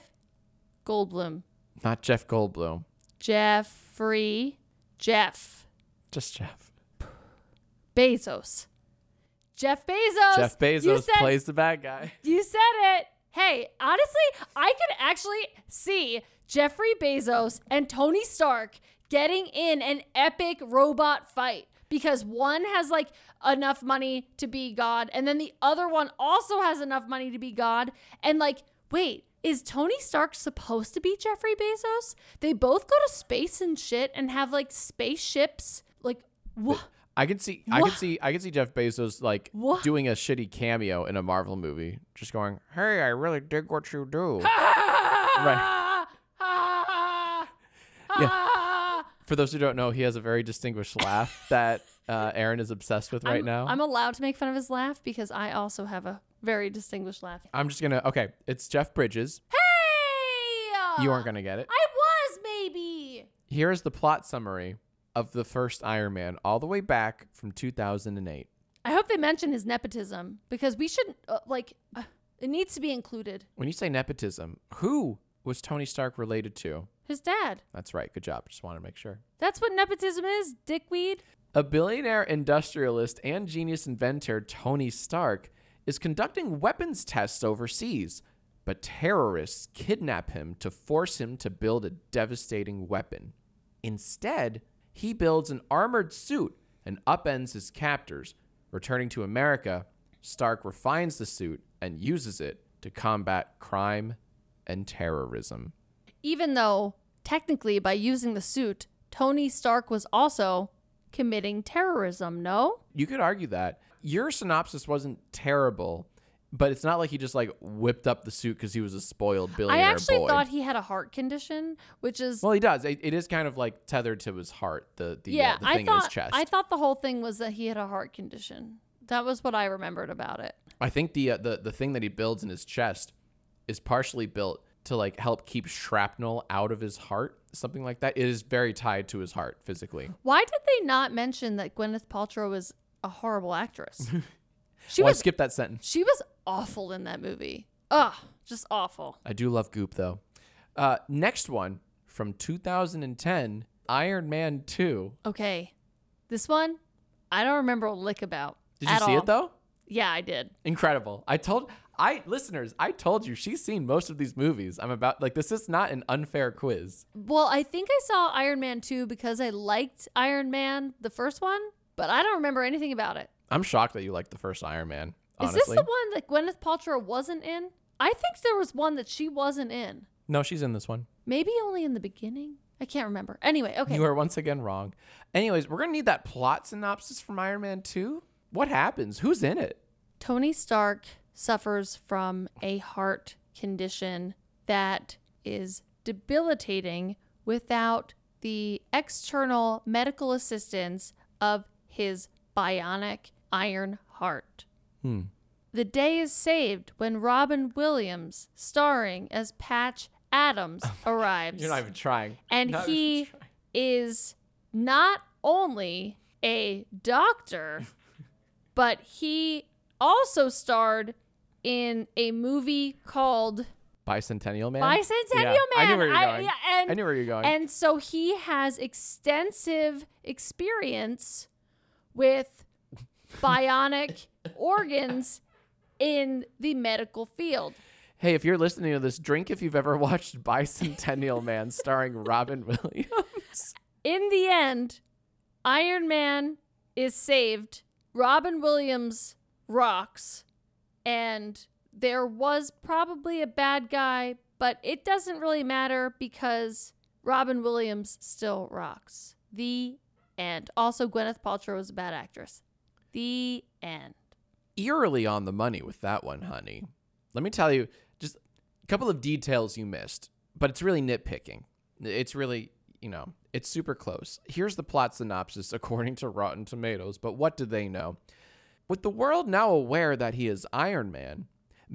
Speaker 2: Goldblum,
Speaker 1: not Jeff Goldblum.
Speaker 2: Jeffrey, Jeff
Speaker 1: Just Jeff.
Speaker 2: Bezos, Jeff Bezos.
Speaker 1: Jeff
Speaker 2: You
Speaker 1: Bezos
Speaker 2: said,
Speaker 1: plays the bad guy.
Speaker 2: You said it. Hey, honestly, I could actually see Jeffrey Bezos and Tony Stark getting in an epic robot fight because one has like enough money to be God, and then the other one also has enough money to be God. And like, wait, is Tony Stark supposed to be Jeffrey Bezos? They both go to space and shit and have like spaceships. Like, what?
Speaker 1: I can see I can see I can see Jeff Bezos like
Speaker 2: What?
Speaker 1: doing a shitty cameo in a Marvel movie, just going, Hey, I really dig what you do.
Speaker 2: Right.
Speaker 1: For those who don't know, he has a very distinguished laugh that uh, Aaron is obsessed with right
Speaker 2: I'm,
Speaker 1: now.
Speaker 2: I'm allowed to make fun of his laugh because I also have a very distinguished laugh.
Speaker 1: I'm just gonna okay, it's Jeff Bridges.
Speaker 2: Hey!
Speaker 1: You aren't gonna get it.
Speaker 2: Uh, I was maybe.
Speaker 1: Here is the plot summary of the first Iron Man all the way back from 2008.
Speaker 2: I hope they mention his nepotism because we should uh, like uh, it needs to be included.
Speaker 1: When you say nepotism, who was Tony Stark related to?
Speaker 2: His dad.
Speaker 1: That's right. Good job. Just wanted to make sure.
Speaker 2: That's what nepotism is, dickweed.
Speaker 1: A billionaire industrialist and genius inventor, Tony Stark, is conducting weapons tests overseas, but terrorists kidnap him to force him to build a devastating weapon. Instead, he builds an armored suit and upends his captors. Returning to America, Stark refines the suit and uses it to combat crime and terrorism.
Speaker 2: Even though technically by using the suit, Tony Stark was also committing terrorism, no?
Speaker 1: You could argue that your synopsis wasn't terrible, but it's not like he just like whipped up the suit because he was a spoiled
Speaker 2: I
Speaker 1: billionaire
Speaker 2: actually
Speaker 1: boy.
Speaker 2: thought he had a heart condition, which is
Speaker 1: well, he does. It, it is kind of like tethered to his heart. The the,
Speaker 2: yeah,
Speaker 1: uh, the
Speaker 2: I
Speaker 1: thing
Speaker 2: thought
Speaker 1: in his chest. I,
Speaker 2: I thought the whole thing was that he had a heart condition. That was what I remembered about it.
Speaker 1: think the uh, the the thing that he builds in his chest is partially built to like help keep shrapnel out of his heart, something like that. It is very tied to his heart physically.
Speaker 2: Why did they not mention that Gwyneth Paltrow was a horrible actress? she
Speaker 1: well, I
Speaker 2: was
Speaker 1: skipped that sentence.
Speaker 2: she was awful in that movie. Ugh, just awful.
Speaker 1: I do love Goop though. Uh, next one from 2010, Iron Man 2.
Speaker 2: Okay. This one, I don't remember a lick about.
Speaker 1: Did you
Speaker 2: at
Speaker 1: see
Speaker 2: all.
Speaker 1: it though?
Speaker 2: Yeah, I did.
Speaker 1: Incredible. I told I listeners, I told you she's seen most of these movies. I'm about like this is not an unfair quiz.
Speaker 2: Well, I think I saw Iron Man 2 because I liked Iron Man, the first one, but I don't remember anything about it.
Speaker 1: I'm shocked that you liked the first Iron Man,
Speaker 2: Is
Speaker 1: honestly.
Speaker 2: this the one that Gwyneth Paltrow wasn't in? I think there was one that she wasn't in.
Speaker 1: no, she's in this one.
Speaker 2: Maybe only in the beginning. I can't remember. Anyway, okay.
Speaker 1: You are once again wrong. Anyways, we're going to need that plot synopsis from Iron Man 2. What happens? Who's in it?
Speaker 2: Tony Stark suffers from a heart condition that is debilitating without the external medical assistance of his bionic iron heart.
Speaker 1: Hmm.
Speaker 2: The day is saved when Robin Williams, starring as Patch Adams, arrives.
Speaker 1: You're not even trying.
Speaker 2: and
Speaker 1: Not even
Speaker 2: he
Speaker 1: trying.
Speaker 2: is not only a doctor, but he also starred in a movie called
Speaker 1: Bicentennial Man?
Speaker 2: Bicentennial Man.
Speaker 1: I knew where you were going.
Speaker 2: yeah, and,
Speaker 1: I knew where you were going.
Speaker 2: and so he has extensive experience with bionic organs in the medical field.
Speaker 1: hey, if you're listening to this, drink if you've ever watched Bicentennial Man starring Robin Williams.
Speaker 2: in the end, Iron Man is saved. Robin Williams rocks. And there was probably a bad guy, but it doesn't really matter because Robin Williams still rocks. The end. Also, Gwyneth Paltrow was a bad actress. The end.
Speaker 1: Eerily on the money with that one, honey. Let me tell you just a couple of details you missed, but it's really nitpicking. It's really, you know, it's super close. Here's the plot synopsis according to Rotten Tomatoes, but what do they know? With the world now aware that he is Iron Man,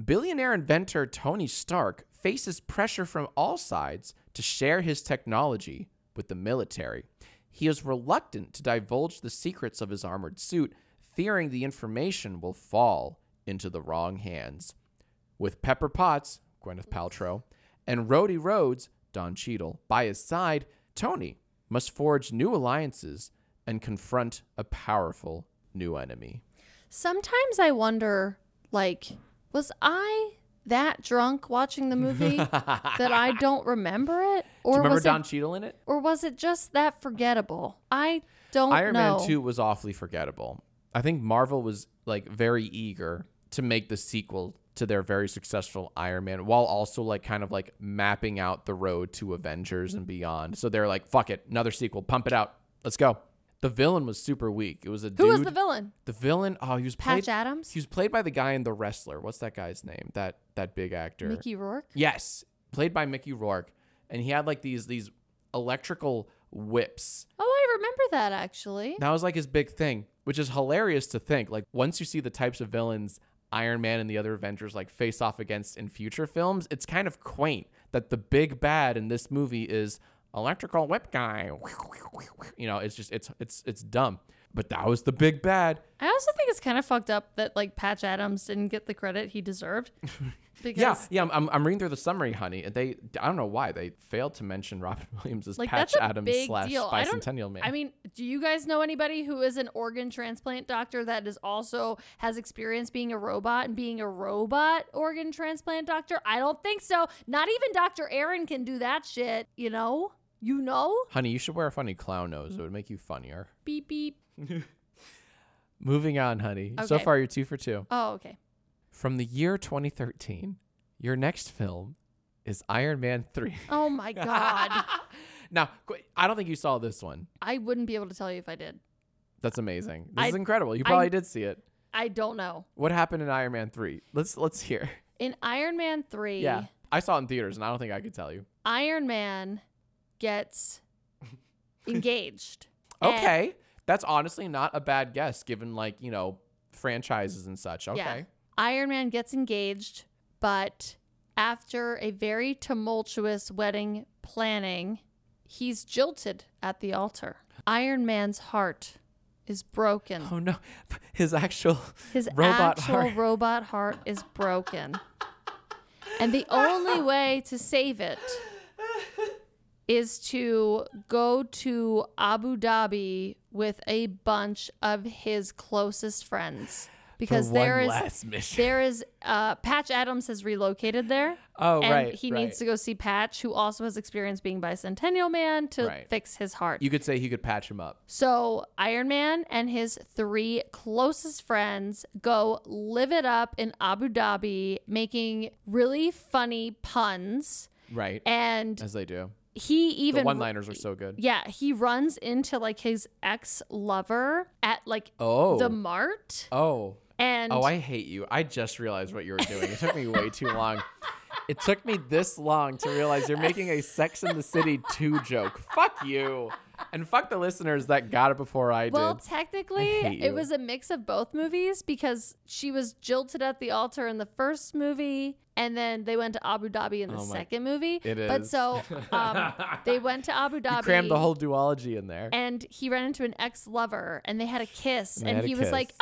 Speaker 1: billionaire inventor Tony Stark faces pressure from all sides to share his technology with the military. He is reluctant to divulge the secrets of his armored suit, fearing the information will fall into the wrong hands. With Pepper Potts, Gwyneth Paltrow, and Rhodey Rhodes, Don Cheadle, by his side, Tony must forge new alliances and confront a powerful new enemy.
Speaker 2: Sometimes I wonder, like, was I that drunk watching the movie that I don't remember it? Or
Speaker 1: Do you remember
Speaker 2: was it
Speaker 1: Don Cheadle in it?
Speaker 2: Or was it just that forgettable? I don't
Speaker 1: Iron
Speaker 2: know.
Speaker 1: Man 2 was awfully forgettable. I think Marvel was like very eager to make the sequel to their very successful Iron Man while also like kind of like mapping out the road to Avengers and beyond. So they're like, fuck it, another sequel, pump it out. Let's go. The villain was super weak. It was a
Speaker 2: Who
Speaker 1: dude.
Speaker 2: was the villain?
Speaker 1: the villain? Oh, he was
Speaker 2: Patch
Speaker 1: played
Speaker 2: Adams?
Speaker 1: He was played by the guy in The Wrestler. What's that guy's name? That that big actor.
Speaker 2: Mickey Rourke?
Speaker 1: Yes, played by Mickey Rourke, and he had like these these electrical whips.
Speaker 2: Oh, I remember that actually.
Speaker 1: That was like his big thing, which is hilarious to think. Like once you see the types of villains Iron Man and the other Avengers like face off against in future films, it's kind of quaint that the big bad in this movie is electrical whip guy. You know, it's just it's it's it's dumb. But that was the big bad.
Speaker 2: I also think it's kind of fucked up that like Patch Adams didn't get the credit he deserved. Because
Speaker 1: Yeah, yeah. I'm, I'm, I'm reading through the summary, honey. and They, I don't know why they failed to mention Robin Williams as
Speaker 2: like
Speaker 1: Patch
Speaker 2: that's a
Speaker 1: Adams
Speaker 2: big
Speaker 1: slash
Speaker 2: deal. I don't,
Speaker 1: Bicentennial Man.
Speaker 2: I mean, do you guys know anybody who is an organ transplant doctor that is also has experience being a robot and being a robot organ transplant doctor? I don't think so. Not even Dr. Aaron can do that shit, you know? You know?
Speaker 1: honey, you should wear a funny clown nose. It would make you funnier.
Speaker 2: Beep beep.
Speaker 1: Moving on, honey. So
Speaker 2: Okay.
Speaker 1: far, you're two for two.
Speaker 2: Oh, okay.
Speaker 1: From the year 2013, your next film is Iron Man 3.
Speaker 2: Oh my god.
Speaker 1: now, qu- I don't think you saw this one.
Speaker 2: I wouldn't be able to tell you if I did.
Speaker 1: That's amazing. This
Speaker 2: I-
Speaker 1: is incredible. You
Speaker 2: I-
Speaker 1: probably did see it.
Speaker 2: I don't know.
Speaker 1: What happened in Iron Man 3? Let's let's hear.
Speaker 2: In Iron Man 3,
Speaker 1: Yeah. I saw it in theaters and I don't think I could tell you.
Speaker 2: Iron Man gets engaged. And-
Speaker 1: Okay. That's honestly not a bad guess given like, you know, franchises and such. Okay.
Speaker 2: Yeah. Iron Man gets engaged, but after a very tumultuous wedding planning, he's jilted at the altar. Iron Man's heart is broken.
Speaker 1: Oh no. His actual
Speaker 2: His
Speaker 1: robot
Speaker 2: actual
Speaker 1: heart.
Speaker 2: robot heart is broken. and the only way to save it is to go to Abu Dhabi with a bunch of his closest friends. Because
Speaker 1: for one
Speaker 2: there is
Speaker 1: last mission.
Speaker 2: there is uh, Patch Adams has relocated there.
Speaker 1: Oh,
Speaker 2: and
Speaker 1: right,
Speaker 2: He
Speaker 1: right.
Speaker 2: needs to go see Patch, who also has experience being bicentennial man, to
Speaker 1: Right.
Speaker 2: fix his heart.
Speaker 1: You could say he could patch him up.
Speaker 2: So Iron Man and his three closest friends go live it up in Abu Dhabi, making really funny puns
Speaker 1: Right.
Speaker 2: and
Speaker 1: as they do.
Speaker 2: he
Speaker 1: The
Speaker 2: even
Speaker 1: one liners are so good.
Speaker 2: yeah, he runs into like his ex lover at like
Speaker 1: Oh.
Speaker 2: the mart,
Speaker 1: oh.
Speaker 2: and
Speaker 1: Oh, I hate you. I just realized what you were doing. It took me way too long. It took me this long to realize you're making a Sex in the City 2 joke. Fuck you. And fuck the listeners that got it before I
Speaker 2: well,
Speaker 1: did.
Speaker 2: technically,
Speaker 1: I hate
Speaker 2: it
Speaker 1: you.
Speaker 2: was a mix of both movies because she was jilted at the altar in the first movie, and then they went to Abu Dhabi in the
Speaker 1: Oh my-
Speaker 2: second movie.
Speaker 1: It
Speaker 2: But
Speaker 1: is.
Speaker 2: so um, they went to Abu Dhabi.
Speaker 1: You crammed the whole duology in there.
Speaker 2: and he ran into an ex-lover and they had a kiss
Speaker 1: And they
Speaker 2: and,
Speaker 1: had a
Speaker 2: he was like
Speaker 1: kiss.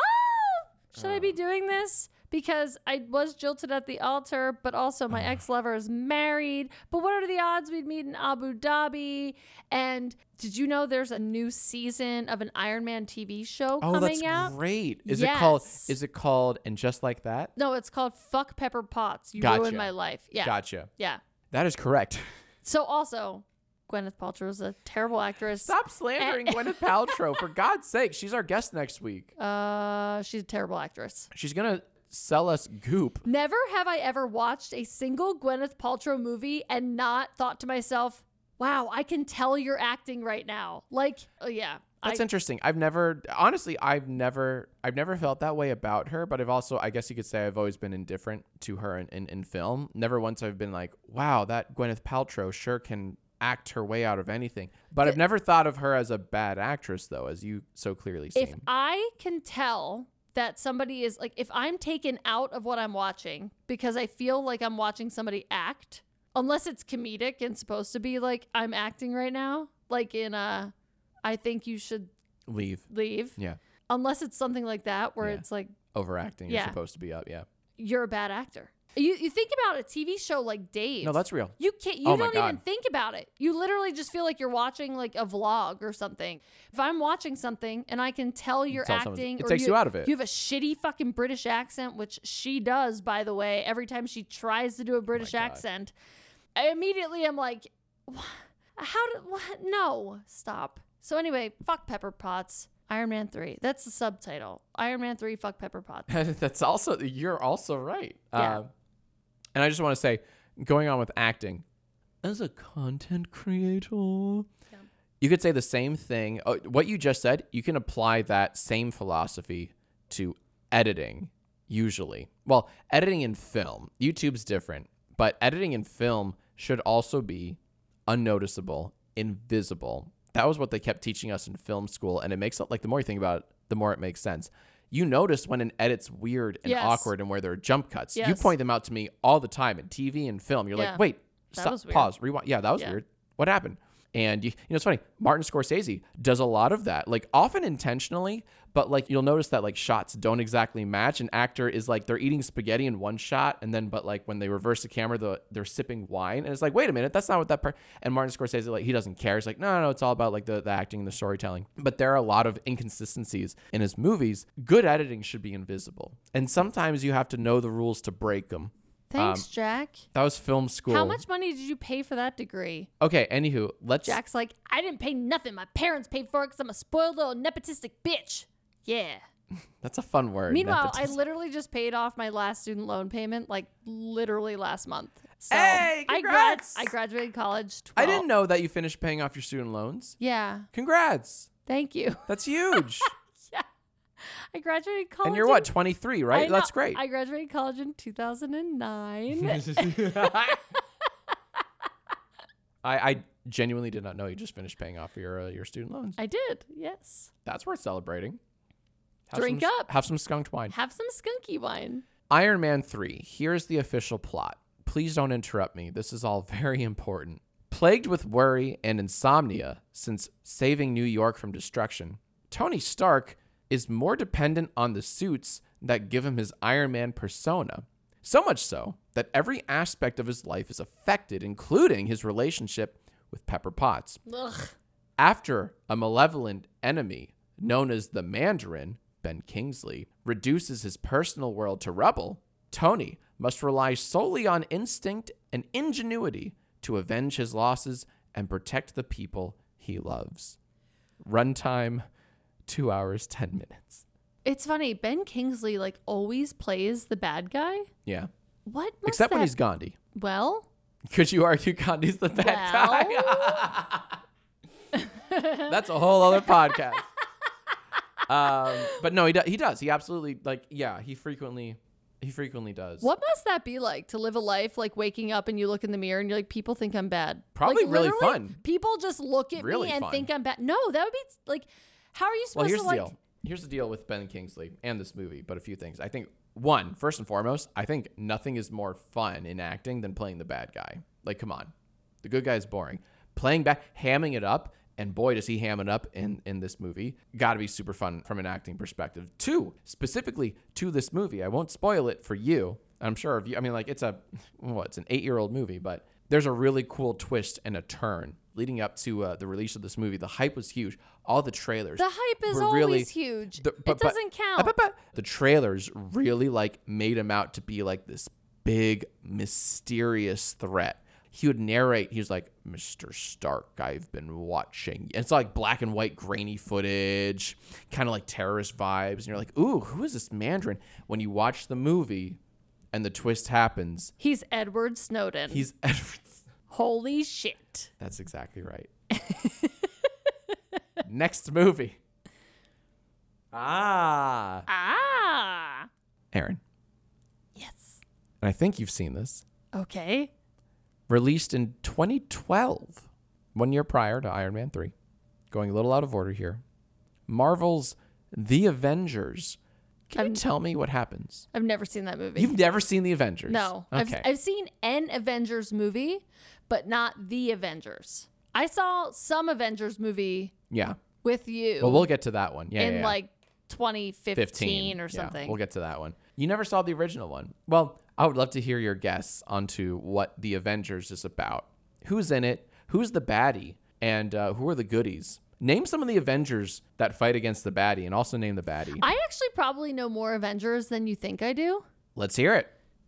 Speaker 2: oh should i be doing this because i was jilted at the altar but also my ex-lover is married but what are the odds we'd meet in abu dhabi and did you know there's a new season of an iron man tv show
Speaker 1: Oh,
Speaker 2: coming
Speaker 1: that's
Speaker 2: out
Speaker 1: great. Is it called
Speaker 2: Yes.
Speaker 1: is it called and just like that?
Speaker 2: no it's called fuck pepper potts you
Speaker 1: Gotcha.
Speaker 2: ruined my life yeah
Speaker 1: Gotcha.
Speaker 2: yeah
Speaker 1: That is correct.
Speaker 2: so also gwyneth paltrow is a terrible actress
Speaker 1: Stop slandering Gwyneth Paltrow. For God's sake, she's our guest next week.
Speaker 2: uh she's a terrible actress
Speaker 1: She's gonna sell us goop.
Speaker 2: Never have I ever watched a single Gwyneth Paltrow movie and not thought to myself, wow, I can tell you're acting right now. Like, oh, yeah.
Speaker 1: That's
Speaker 2: I,
Speaker 1: interesting. I've never honestly I've never I've never felt that way about her, but I've also I guess you could say I've always been indifferent to her in, in, in film. Never once I've been like, wow, that Gwyneth Paltrow sure can act her way out of anything. But I've never thought of her as a bad actress though, as you so clearly
Speaker 2: if
Speaker 1: seem.
Speaker 2: I can tell that somebody is like, if I'm taken out of what I'm watching because I feel like I'm watching somebody act, unless it's comedic and supposed to be like, I'm acting right now, like in a, I think you should
Speaker 1: Leave.
Speaker 2: leave.
Speaker 1: Yeah.
Speaker 2: Unless it's something like that where
Speaker 1: Yeah.
Speaker 2: it's like,
Speaker 1: Overacting.
Speaker 2: Yeah.
Speaker 1: You're supposed to be up. Yeah.
Speaker 2: you're a bad actor. You, you think about a TV show like Dave.
Speaker 1: No, that's real.
Speaker 2: You can't. You
Speaker 1: Oh my
Speaker 2: don't even
Speaker 1: God.
Speaker 2: think about it. You literally just feel like you're watching like a vlog or something. If I'm watching something and I can tell you're
Speaker 1: tell someone's-
Speaker 2: acting,
Speaker 1: it
Speaker 2: or
Speaker 1: takes you out of it.
Speaker 2: You have a shitty fucking British accent, which she does, by the way. Every time she tries to do a British
Speaker 1: Oh God.
Speaker 2: accent, I immediately am like, "Wha- "How did? What? No, stop." So anyway, fuck Pepper Potts. Iron Man three. That's the subtitle. Iron Man three. Fuck Pepper
Speaker 1: Um,
Speaker 2: Potts.
Speaker 1: That's also you're also right.
Speaker 2: Yeah.
Speaker 1: Um, and I just want to say, going on with acting, as a content creator, you could say the same thing. uh, What you just said, you can apply that same philosophy to editing. Usually, well, editing in film, YouTube's different, but editing in film should also be unnoticeable, invisible. That was what they kept teaching us in film school, and it makes like the more you think about it, the more it makes sense. You notice when an edit's weird and
Speaker 2: Yes.
Speaker 1: awkward, and where there are jump cuts. You
Speaker 2: Yes.
Speaker 1: point them out to me all the time in TV and film. You're
Speaker 2: Yeah.
Speaker 1: like, wait,
Speaker 2: That
Speaker 1: stop,
Speaker 2: was weird.
Speaker 1: pause, rewind. Yeah, that was
Speaker 2: Yeah.
Speaker 1: weird. What happened? And you, you know, it's funny. Martin Scorsese does a lot of that, like often intentionally, but like you'll notice that like shots don't exactly match. An actor is like they're eating spaghetti in one shot, and then but like when they reverse the camera, the, they're sipping wine, and it's like, wait a minute, that's not what that. Per-. And Martin Scorsese like he doesn't care. He's like, no, no, no, it's all about like the, the acting and the storytelling. But there are a lot of inconsistencies in his movies. Good editing should be invisible, and sometimes you have to know the rules to break them.
Speaker 2: Thanks, Jack.
Speaker 1: That was film school.
Speaker 2: How much money did you pay for that degree?
Speaker 1: Okay. Anywho, let's.
Speaker 2: Jack's like, I didn't pay nothing. My parents paid for it because I'm a spoiled little nepotistic bitch. Yeah.
Speaker 1: That's a fun word.
Speaker 2: Meanwhile,
Speaker 1: nepotism.
Speaker 2: I literally just paid off my last student loan payment, like literally last month. So
Speaker 1: Hey,
Speaker 2: I, grad-
Speaker 1: congrats!
Speaker 2: I graduated college. 12.
Speaker 1: I didn't know that you finished paying off your student loans.
Speaker 2: Yeah.
Speaker 1: Congrats.
Speaker 2: Thank you.
Speaker 1: That's huge.
Speaker 2: I graduated college.
Speaker 1: and you're
Speaker 2: in-
Speaker 1: what, 23,
Speaker 2: I
Speaker 1: right?
Speaker 2: know.
Speaker 1: That's great.
Speaker 2: I graduated college in 2009.
Speaker 1: I, I genuinely did not know you just finished paying off your uh, your student loans.
Speaker 2: I did. Yes.
Speaker 1: That's worth celebrating.
Speaker 2: Drink
Speaker 1: some,
Speaker 2: up.
Speaker 1: Have some skunked wine.
Speaker 2: Have some skunky wine.
Speaker 1: Iron Man 3. Here's the official plot. Please don't interrupt me. This is all very important. Plagued with worry and insomnia since saving New York from destruction, Tony Stark is more dependent on the suits that give him his Iron Man persona. So much so that every aspect of his life is affected, including his relationship with Pepper Potts.
Speaker 2: Ugh.
Speaker 1: After a malevolent enemy known as the Mandarin, Ben Kingsley, reduces his personal world to rubble, Tony must rely solely on instinct and ingenuity to avenge his losses and protect the people he loves. Runtime, two hours, 10 minutes.
Speaker 2: It's funny. Ben Kingsley, like, always plays the bad guy.
Speaker 1: Yeah.
Speaker 2: What must
Speaker 1: Except
Speaker 2: that
Speaker 1: when he's Gandhi.
Speaker 2: Well,
Speaker 1: Could you argue Gandhi's the bad guy? That's a whole other podcast. um, but no, he does. He does. He absolutely like. Yeah, he frequently, he frequently does.
Speaker 2: What must that be like to live a life like waking up and you look in the mirror and you're like, people think I'm bad?
Speaker 1: Probably
Speaker 2: Like,
Speaker 1: really
Speaker 2: literally,
Speaker 1: fun.
Speaker 2: People just look at
Speaker 1: Really
Speaker 2: me and
Speaker 1: fun.
Speaker 2: think I'm bad. No, that would be like, how are you supposed
Speaker 1: Well, here's
Speaker 2: to
Speaker 1: the
Speaker 2: like?
Speaker 1: deal. Here's the deal with Ben Kingsley and this movie, but a few things. I think one, first and foremost, I think nothing is more fun in acting than playing the bad guy. Like, come on, the good guy is boring. Playing back, hamming it up, and boy does he ham it up in in this movie. Got to be super fun from an acting perspective. Two, specifically to this movie, I won't spoil it for you. I'm sure if you, I mean, like it's a what? It's an eight year old movie, but there's a really cool twist and a turn leading up to uh, the release of this movie. The hype was huge. All the trailers.
Speaker 2: The hype is
Speaker 1: were
Speaker 2: always
Speaker 1: really-
Speaker 2: huge.
Speaker 1: the- but-
Speaker 2: it
Speaker 1: but-
Speaker 2: doesn't count.
Speaker 1: but- but- the trailers really like made him out to be like this big mysterious threat. He would narrate. He was like, "Mr. Stark, I've been watching." And it's like black and white, grainy footage, kind of like terrorist vibes. And you're like, "Ooh, who is this Mandarin?" When you watch the movie, and the twist happens,
Speaker 2: He's Edward Snowden.
Speaker 1: he's
Speaker 2: Holy shit.
Speaker 1: That's exactly right. Next movie. Ah,
Speaker 2: Ah.
Speaker 1: Aaron.
Speaker 2: Yes.
Speaker 1: and I think you've seen this,
Speaker 2: Okay.
Speaker 1: released in 2012, one year prior to Iron Man 3. Going a little out of order here. Marvel's The Avengers. Can you tell me what happens?
Speaker 2: I've never seen that movie.
Speaker 1: You've never seen The Avengers.
Speaker 2: No.
Speaker 1: Okay.
Speaker 2: I've, I've seen an Avengers movie, but not the Avengers. I saw some Avengers movie
Speaker 1: yeah.
Speaker 2: with you
Speaker 1: Well, we'll get to that one. Yeah.
Speaker 2: in
Speaker 1: yeah, yeah.
Speaker 2: like 2015
Speaker 1: 15
Speaker 2: or
Speaker 1: Yeah,
Speaker 2: something.
Speaker 1: we'll get to that one. You never saw the original one. Well, I would love to hear your guess onto what the Avengers is about. Who's in it? Who's the baddie? And uh, who are the goodies? Name some of the Avengers that fight against the baddie, and also name the baddie.
Speaker 2: I actually probably know more Avengers than you think I do.
Speaker 1: Let's hear it.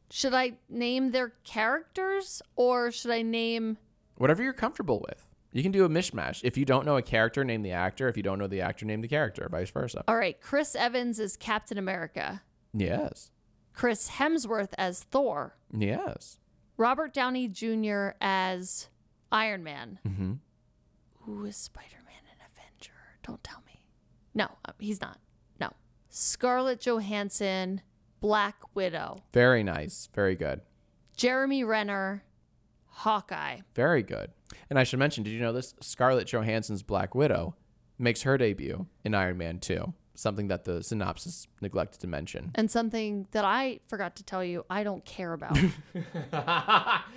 Speaker 2: Should I name their characters or should I name
Speaker 1: Whatever you're comfortable with. You can do a mishmash. If you don't know a character, name the actor. If you don't know the actor, name the character, vice versa.
Speaker 2: All right, Chris Evans is Captain America.
Speaker 1: Yes.
Speaker 2: Chris Hemsworth as Thor.
Speaker 1: Yes.
Speaker 2: Robert Downey Jr. as Iron Man.
Speaker 1: hmm
Speaker 2: Who is Spider Man an Avenger? Don't tell me. No, uh, he's not. No. Scarlett Johansson, Black Widow,
Speaker 1: Very nice. Very good.
Speaker 2: Jeremy Renner, Hawkeye.
Speaker 1: Very good. And I should mention, did you know this? Scarlett Johansson's Black Widow makes her debut in Iron Man 2, something that the synopsis neglected to mention.
Speaker 2: And something that I forgot to tell you, I don't care about.
Speaker 1: Ah,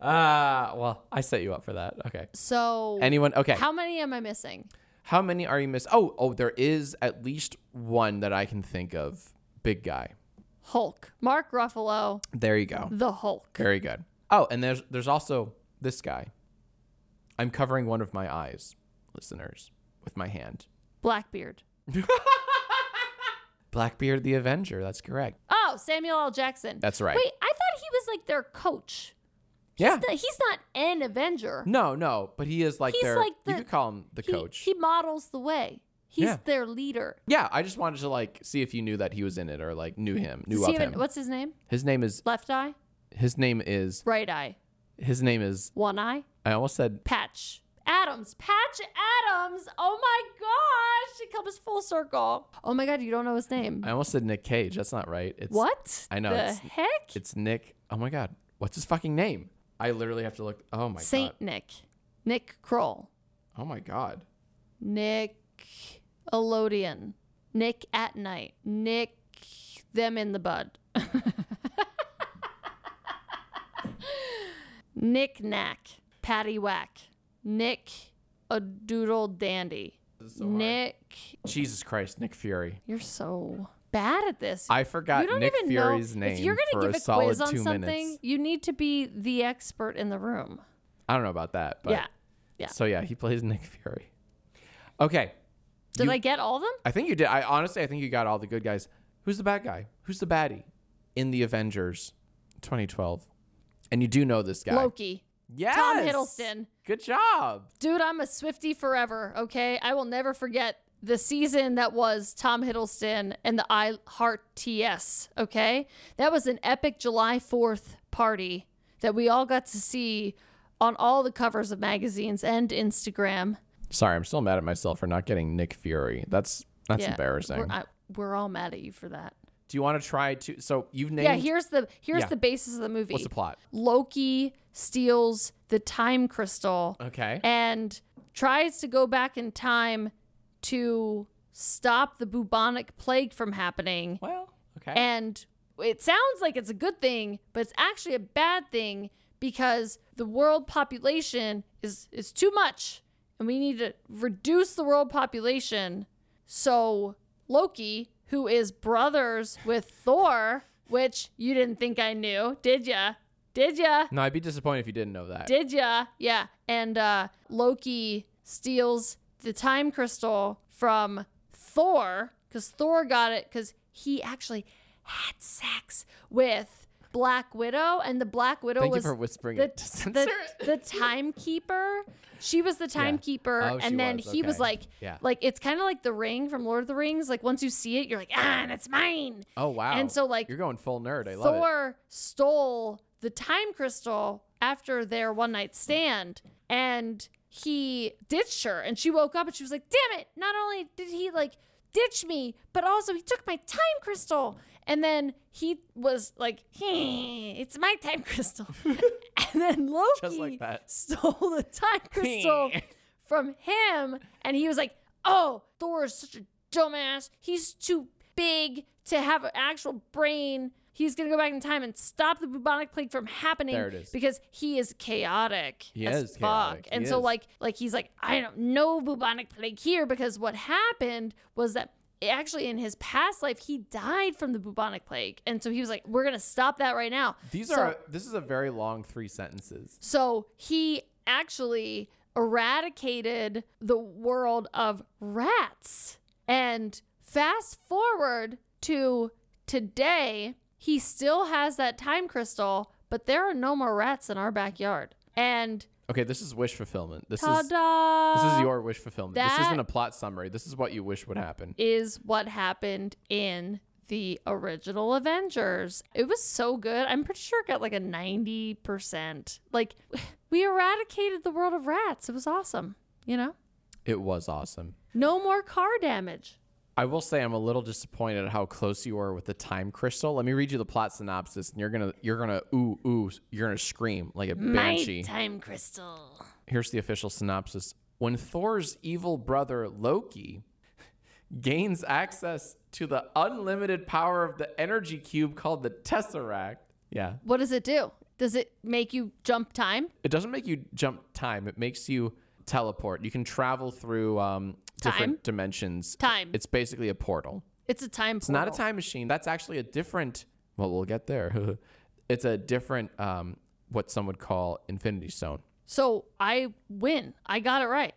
Speaker 1: well, I set you up for that. Okay.
Speaker 2: so,
Speaker 1: Anyone? Okay. How,
Speaker 2: how many am I missing?
Speaker 1: many are you miss? Oh, oh, there is at least one that I can think of. Big guy.
Speaker 2: Hulk. Mark Ruffalo,
Speaker 1: There you go.
Speaker 2: the Hulk.
Speaker 1: Very good. Oh, and there's there's also this guy. I'm covering one of my eyes, listeners, with my hand.
Speaker 2: Blackbeard.
Speaker 1: Blackbeard the Avenger. That's correct.
Speaker 2: Oh, Samuel L. Jackson.
Speaker 1: That's right.
Speaker 2: Wait, I thought he was like their coach.
Speaker 1: yeah.
Speaker 2: Th- He's not an Avenger.
Speaker 1: No, no, but he is like
Speaker 2: He's
Speaker 1: their.
Speaker 2: like the-
Speaker 1: you could call him the
Speaker 2: he,
Speaker 1: coach.
Speaker 2: He models the way. He's
Speaker 1: Yeah.
Speaker 2: their leader.
Speaker 1: yeah, I just wanted to like see if you knew that he was in it or like knew him, knew
Speaker 2: Does
Speaker 1: of
Speaker 2: he even-
Speaker 1: him.
Speaker 2: What's his name?
Speaker 1: His name is.
Speaker 2: Left eye,
Speaker 1: His name is.
Speaker 2: right eye,
Speaker 1: His name is.
Speaker 2: one eye,
Speaker 1: I almost said.
Speaker 2: Patch. Adams, Patch Adams. Oh my gosh, it comes full circle. Oh my god, you don't know his name.
Speaker 1: I almost said Nick Cage. That's not right. It's
Speaker 2: what?
Speaker 1: I know,
Speaker 2: The
Speaker 1: it's-
Speaker 2: heck?
Speaker 1: It's Nick. Oh my God. What's his fucking name? I literally have to look. Oh my
Speaker 2: Saint
Speaker 1: god.
Speaker 2: Nick, Nick Kroll,
Speaker 1: Oh my god.
Speaker 2: Nick Elodian, Nick at night, Nick them in the bud, Nick Knack, Patty Whack, Nick a doodle dandy, Nick.
Speaker 1: Jesus Christ, Nick Fury.
Speaker 2: You're so bad at this.
Speaker 1: I forgot
Speaker 2: you don't
Speaker 1: Nick
Speaker 2: even
Speaker 1: Fury's
Speaker 2: know
Speaker 1: name
Speaker 2: if you're
Speaker 1: for a
Speaker 2: gonna give a,
Speaker 1: solid
Speaker 2: quiz on
Speaker 1: two
Speaker 2: something.
Speaker 1: minutes.
Speaker 2: You need to be the expert in the room.
Speaker 1: I don't know about that, but
Speaker 2: yeah. Yeah.
Speaker 1: So yeah, he plays Nick Fury. Okay.
Speaker 2: Did
Speaker 1: you-
Speaker 2: I get all of them?
Speaker 1: I think you did. I honestly, I think you got all the good guys. Who's the bad guy? Who's the baddie in the Avengers 2012? And you do know this guy.
Speaker 2: Loki.
Speaker 1: yes.
Speaker 2: Tom Hiddleston.
Speaker 1: Good job.
Speaker 2: Dude, I'm a Swifty forever, okay? I will never forget the season that was Tom Hiddleston and the I Heart TS, okay? That was an epic July 4th party that we all got to see on all the covers of magazines and Instagram.
Speaker 1: Sorry, I'm still mad at myself for not getting Nick Fury. That's that's
Speaker 2: Yeah,
Speaker 1: embarrassing.
Speaker 2: We're, I, we're all mad at you for that.
Speaker 1: Do you want to try to? So you've named
Speaker 2: Yeah, here's the here's
Speaker 1: Yeah.
Speaker 2: the basis of the movie.
Speaker 1: what's the plot?
Speaker 2: Loki steals the time crystal
Speaker 1: Okay.
Speaker 2: and tries to go back in time to stop the bubonic plague from happening.
Speaker 1: well, okay.
Speaker 2: And it sounds like it's a good thing, but it's actually a bad thing because the world population is is too much and we need to reduce the world population. So Loki, who is brothers with Thor, which you didn't think I knew, did ya? Did ya?
Speaker 1: no, I'd be disappointed if you didn't know that.
Speaker 2: Did ya? Yeah. And uh, Loki steals the time crystal from Thor because Thor got it because he actually had sex with Black Widow, and the Black Widow
Speaker 1: Thank you
Speaker 2: was
Speaker 1: for whispering
Speaker 2: the,
Speaker 1: it. to censor
Speaker 2: the,
Speaker 1: it.
Speaker 2: the timekeeper. She was the timekeeper,
Speaker 1: Oh, she
Speaker 2: and then
Speaker 1: was,
Speaker 2: he was
Speaker 1: okay.
Speaker 2: like,
Speaker 1: Yeah.
Speaker 2: like it's kind of like the ring from Lord of the Rings. Like once you see it, you're like, ah, and it's mine.
Speaker 1: Oh wow.
Speaker 2: and so, like,
Speaker 1: you're going full nerd. I love it.
Speaker 2: Thor stole the time crystal after their one night stand and he ditched her and she woke up and she was like, "Damn it. Not only did he like ditch me, but also he took my time crystal." And then he was like, "Hey, "It's my time crystal." and then Loki
Speaker 1: Just like that.
Speaker 2: stole the time crystal from him and he was like, "Oh, Thor is such a dumbass. He's too big to have an actual brain. He's going to go back in time and stop the bubonic plague from happening
Speaker 1: There it is.
Speaker 2: because he is chaotic
Speaker 1: He
Speaker 2: as
Speaker 1: is
Speaker 2: fuck."
Speaker 1: chaotic.
Speaker 2: And
Speaker 1: He
Speaker 2: so
Speaker 1: is.
Speaker 2: like like he's like, "I don't know bubonic plague here because what happened was that actually in his past life he died from the bubonic plague." And so he was like, "We're going to stop that right now."
Speaker 1: These
Speaker 2: So-
Speaker 1: are this is a very long three sentences.
Speaker 2: so he actually eradicated the world of rats. And fast forward to today, he still has that time crystal, but there are no more rats in our backyard. And
Speaker 1: Okay, this is wish fulfillment. This is
Speaker 2: ta-da!
Speaker 1: this is your wish fulfillment. This isn't
Speaker 2: Uh, that-
Speaker 1: a plot summary. This is what you wish would happen.
Speaker 2: is what happened in the original Avengers. It was so good. I'm pretty sure it got like a 90%. Like, we eradicated the world of rats. It was awesome, you know?
Speaker 1: It was awesome.
Speaker 2: No more car damage.
Speaker 1: I will say I'm a little disappointed at how close you were with the time crystal. Let me read you the plot synopsis, and you're gonna you're gonna ooh ooh you're gonna scream like a banshee.
Speaker 2: time crystal.
Speaker 1: Here's the official synopsis. When Thor's evil brother Loki gains access to the unlimited power of the energy cube called the Tesseract. Yeah.
Speaker 2: What does it do? Does it make you jump time?
Speaker 1: It doesn't make you jump time, it makes you teleport. You can travel through um, different
Speaker 2: Time?
Speaker 1: dimensions.
Speaker 2: Time.
Speaker 1: It's basically a portal.
Speaker 2: It's a time
Speaker 1: It's not a time machine. That's actually a different. Well, we'll get there. it's a different, um, what some would call Infinity Stone.
Speaker 2: So I win. I got it right.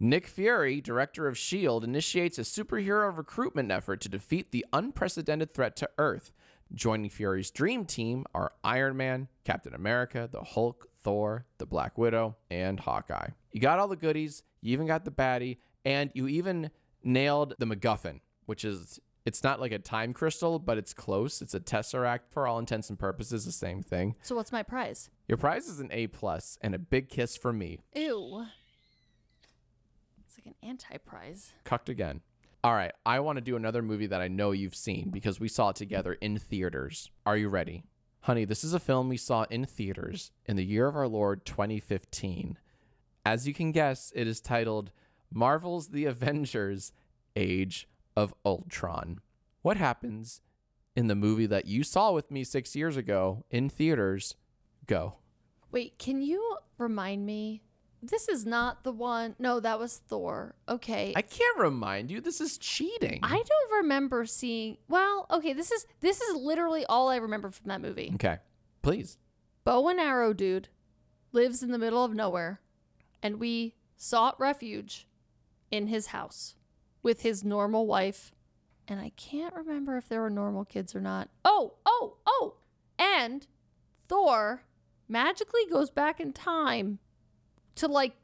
Speaker 1: Nick Fury, director of S.H.I.E.L.D., E initiates a superhero recruitment effort to defeat the unprecedented threat to Earth. Joining Fury's dream team are Iron Man, Captain America, the Hulk, Thor, the Black Widow, and Hawkeye. You got all the goodies, you even got the baddie, and you even nailed the MacGuffin, which is. It's not like a time crystal, but it's close. It's a tesseract for all intents and purposes, the same thing.
Speaker 2: So what's my prize?
Speaker 1: Your prize is an A plus and a big kiss from me.
Speaker 2: Ew. It's like an anti prize.
Speaker 1: cucked again. All right, I want to do another movie that I know you've seen because we saw it together in theaters. Are you ready? Honey, this is a film we saw in theaters in the year of our Lord 2015. As you can guess, it is titled Marvel's The Avengers Age of Ultron. What happens in the movie that you saw with me six years ago in theaters? Go.
Speaker 2: Wait, can you remind me? This is not the one. No, that was Thor. Okay.
Speaker 1: I can't remind you, this is cheating.
Speaker 2: I don't remember seeing. Well, okay, this is this is literally all I remember from that movie.
Speaker 1: Okay, please.
Speaker 2: bow and arrow dude lives in the middle of nowhere and we sought refuge in his house with his normal wife and i can't remember if there were normal kids or not oh oh oh and thor magically goes back in time to like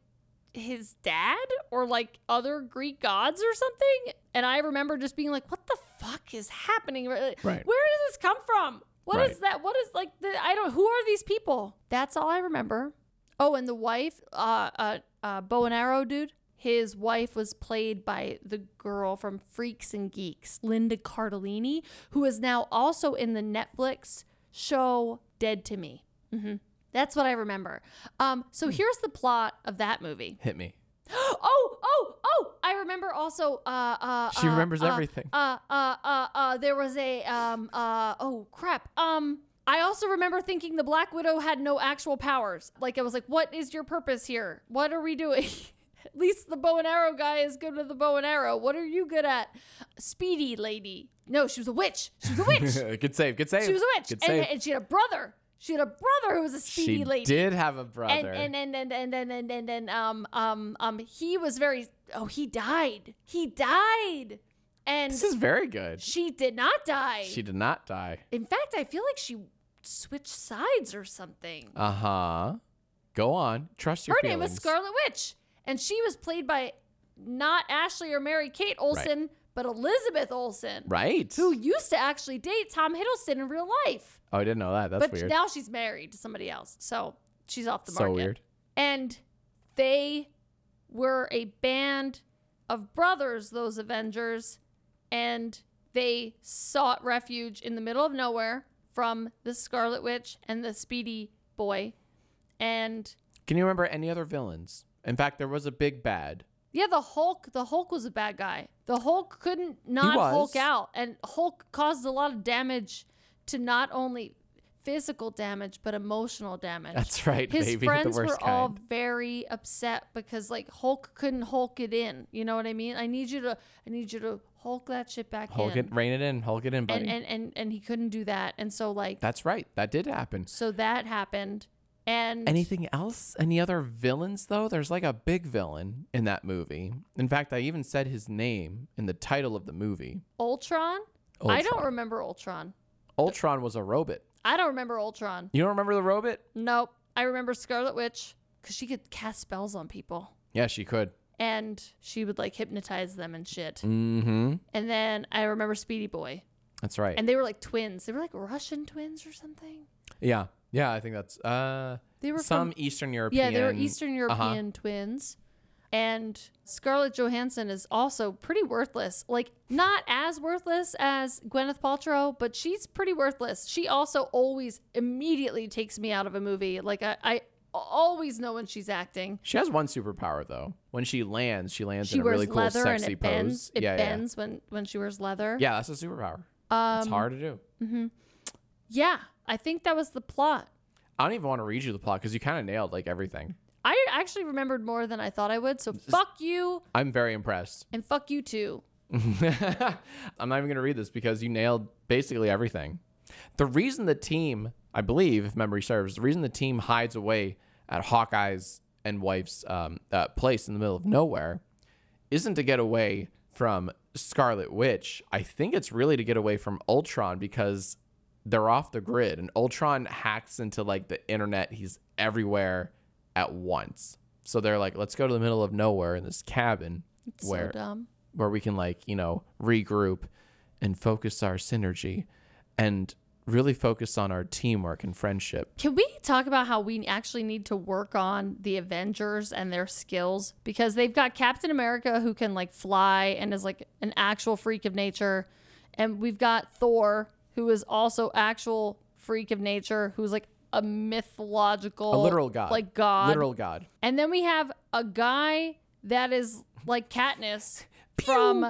Speaker 2: his dad or like other greek gods or something and i remember just being like what the fuck is happening right
Speaker 1: Right.
Speaker 2: where does this come from What is
Speaker 1: Right.
Speaker 2: that? What is like the I don't who are these people? That's all I remember. Oh, and the wife, uh uh, uh bow and arrow dude, his wife was played by the girl from Freaks and Geeks, Linda Cardellini, who is now also in the Netflix show Dead to Me. hmm That's what I remember. Um,
Speaker 1: Hmm.
Speaker 2: so here's the plot of that movie.
Speaker 1: Hit me.
Speaker 2: Oh, oh, oh! I remember also. Uh, uh,
Speaker 1: She
Speaker 2: uh,
Speaker 1: remembers
Speaker 2: uh,
Speaker 1: everything.
Speaker 2: Uh, uh, uh, uh, there was a um, uh, oh crap. Um, I also remember thinking the Black Widow had no actual powers. Like I was like, what is your purpose here? What are we doing? at least the bow and arrow guy is good with the bow and arrow. What are you good at? Speedy lady. No, she was a witch. She was a witch.
Speaker 1: good save. Good save.
Speaker 2: she was a witch.
Speaker 1: Good
Speaker 2: And,
Speaker 1: save.
Speaker 2: and she had a brother. She had a brother who was a speedy
Speaker 1: she
Speaker 2: lady
Speaker 1: did have a
Speaker 2: and
Speaker 1: brother.
Speaker 2: and and and and and and and, and um um um he was very oh he died he died and
Speaker 1: this is very good.
Speaker 2: she did not die
Speaker 1: She did not die.
Speaker 2: in fact i feel like she switched sides or something
Speaker 1: Uh huh. Go on. Trust your
Speaker 2: her
Speaker 1: feelings.
Speaker 2: name was scarlet witch and she was played by not ashley or mary kate olsen but elizabeth olsen
Speaker 1: Right.
Speaker 2: who used to actually date tom hiddleston in real life
Speaker 1: Oh, I didn't know that. That's
Speaker 2: but
Speaker 1: weird.
Speaker 2: now she's married to somebody else so she's off the
Speaker 1: so
Speaker 2: market
Speaker 1: weird.
Speaker 2: and they were a band of brothers those avengers and they sought refuge in the middle of nowhere from the scarlet witch and the speedy boy and
Speaker 1: Can you remember any other villains? In fact, there was a big bad.
Speaker 2: yeah the hulk the hulk was a bad guy the hulk couldn't not hulk
Speaker 1: was.
Speaker 2: out and hulk caused a lot of damage to not only physical damage but emotional damage
Speaker 1: That's right,
Speaker 2: his
Speaker 1: baby.
Speaker 2: friends
Speaker 1: the worst
Speaker 2: were
Speaker 1: kind.
Speaker 2: all very upset because like Hulk couldn't Hulk it in. You know what I mean? I need you to I need you to Hulk that shit back
Speaker 1: Hulk
Speaker 2: in.
Speaker 1: it, rein it in. Hulk it in, buddy.
Speaker 2: and, and and and he couldn't do that. And so like
Speaker 1: That's right. That did happen.
Speaker 2: so that happened. And
Speaker 1: Anything else? Any other villains though? There's like a big villain in that movie. In fact, I even said his name in the title of the movie.
Speaker 2: Ultron? I don't
Speaker 1: Ultron.
Speaker 2: remember Ultron.
Speaker 1: Ultron was a robot.
Speaker 2: I don't remember Ultron.
Speaker 1: You don't remember the robot?
Speaker 2: Nope. I remember Scarlet Witch because she could cast spells on people.
Speaker 1: Yeah, she could.
Speaker 2: And she would like hypnotize them and shit.
Speaker 1: Mm-hmm.
Speaker 2: And then I remember Speedy Boy.
Speaker 1: That's right.
Speaker 2: And they were like twins. They were like Russian twins or something.
Speaker 1: yeah. Yeah, I think that's uh
Speaker 2: They were
Speaker 1: some
Speaker 2: from,
Speaker 1: Eastern European.
Speaker 2: yeah, they were Eastern
Speaker 1: uh-huh.
Speaker 2: European twins, and Scarlett Johansson is also pretty worthless. Like not as worthless as Gwyneth Paltrow, but she's pretty worthless. She also always immediately takes me out of a movie. Like I, I always know when she's acting.
Speaker 1: She has one superpower though. When she lands, she lands
Speaker 2: She
Speaker 1: in a
Speaker 2: wears
Speaker 1: really cool
Speaker 2: leather and
Speaker 1: sexy
Speaker 2: it
Speaker 1: pose.
Speaker 2: bends. It
Speaker 1: yeah,
Speaker 2: bends when when she wears leather.
Speaker 1: yeah. Yeah, that's a superpower.
Speaker 2: Um,
Speaker 1: It's hard to do.
Speaker 2: yeah. I think that was the plot.
Speaker 1: I don't even want to read you the plot because you kind of nailed like everything.
Speaker 2: I actually remembered more than I thought I would. So fuck you
Speaker 1: I'm very impressed.
Speaker 2: and fuck you too.
Speaker 1: I'm not even going to read this because you nailed basically everything. The reason the team, I believe, if memory serves, the reason the team hides away at Hawkeye's and wife's um, uh, place in the middle of nowhere isn't to get away from Scarlet Witch. I think it's really to get away from Ultron because they're off the grid and Ultron hacks into like the internet. He's everywhere at once. So they're like, let's go to the middle of nowhere in this cabin where
Speaker 2: So dumb.
Speaker 1: where we can like you know regroup and focus our synergy and really focus on our teamwork and friendship
Speaker 2: Can we talk about how we actually need to work on the Avengers and their skills? Because they've got Captain America who can like fly and is like an actual freak of nature. And we've got Thor who is also actual freak of nature who's like a mythological
Speaker 1: a literal god
Speaker 2: Like God.
Speaker 1: literal god
Speaker 2: And then we have a guy that is like Katniss from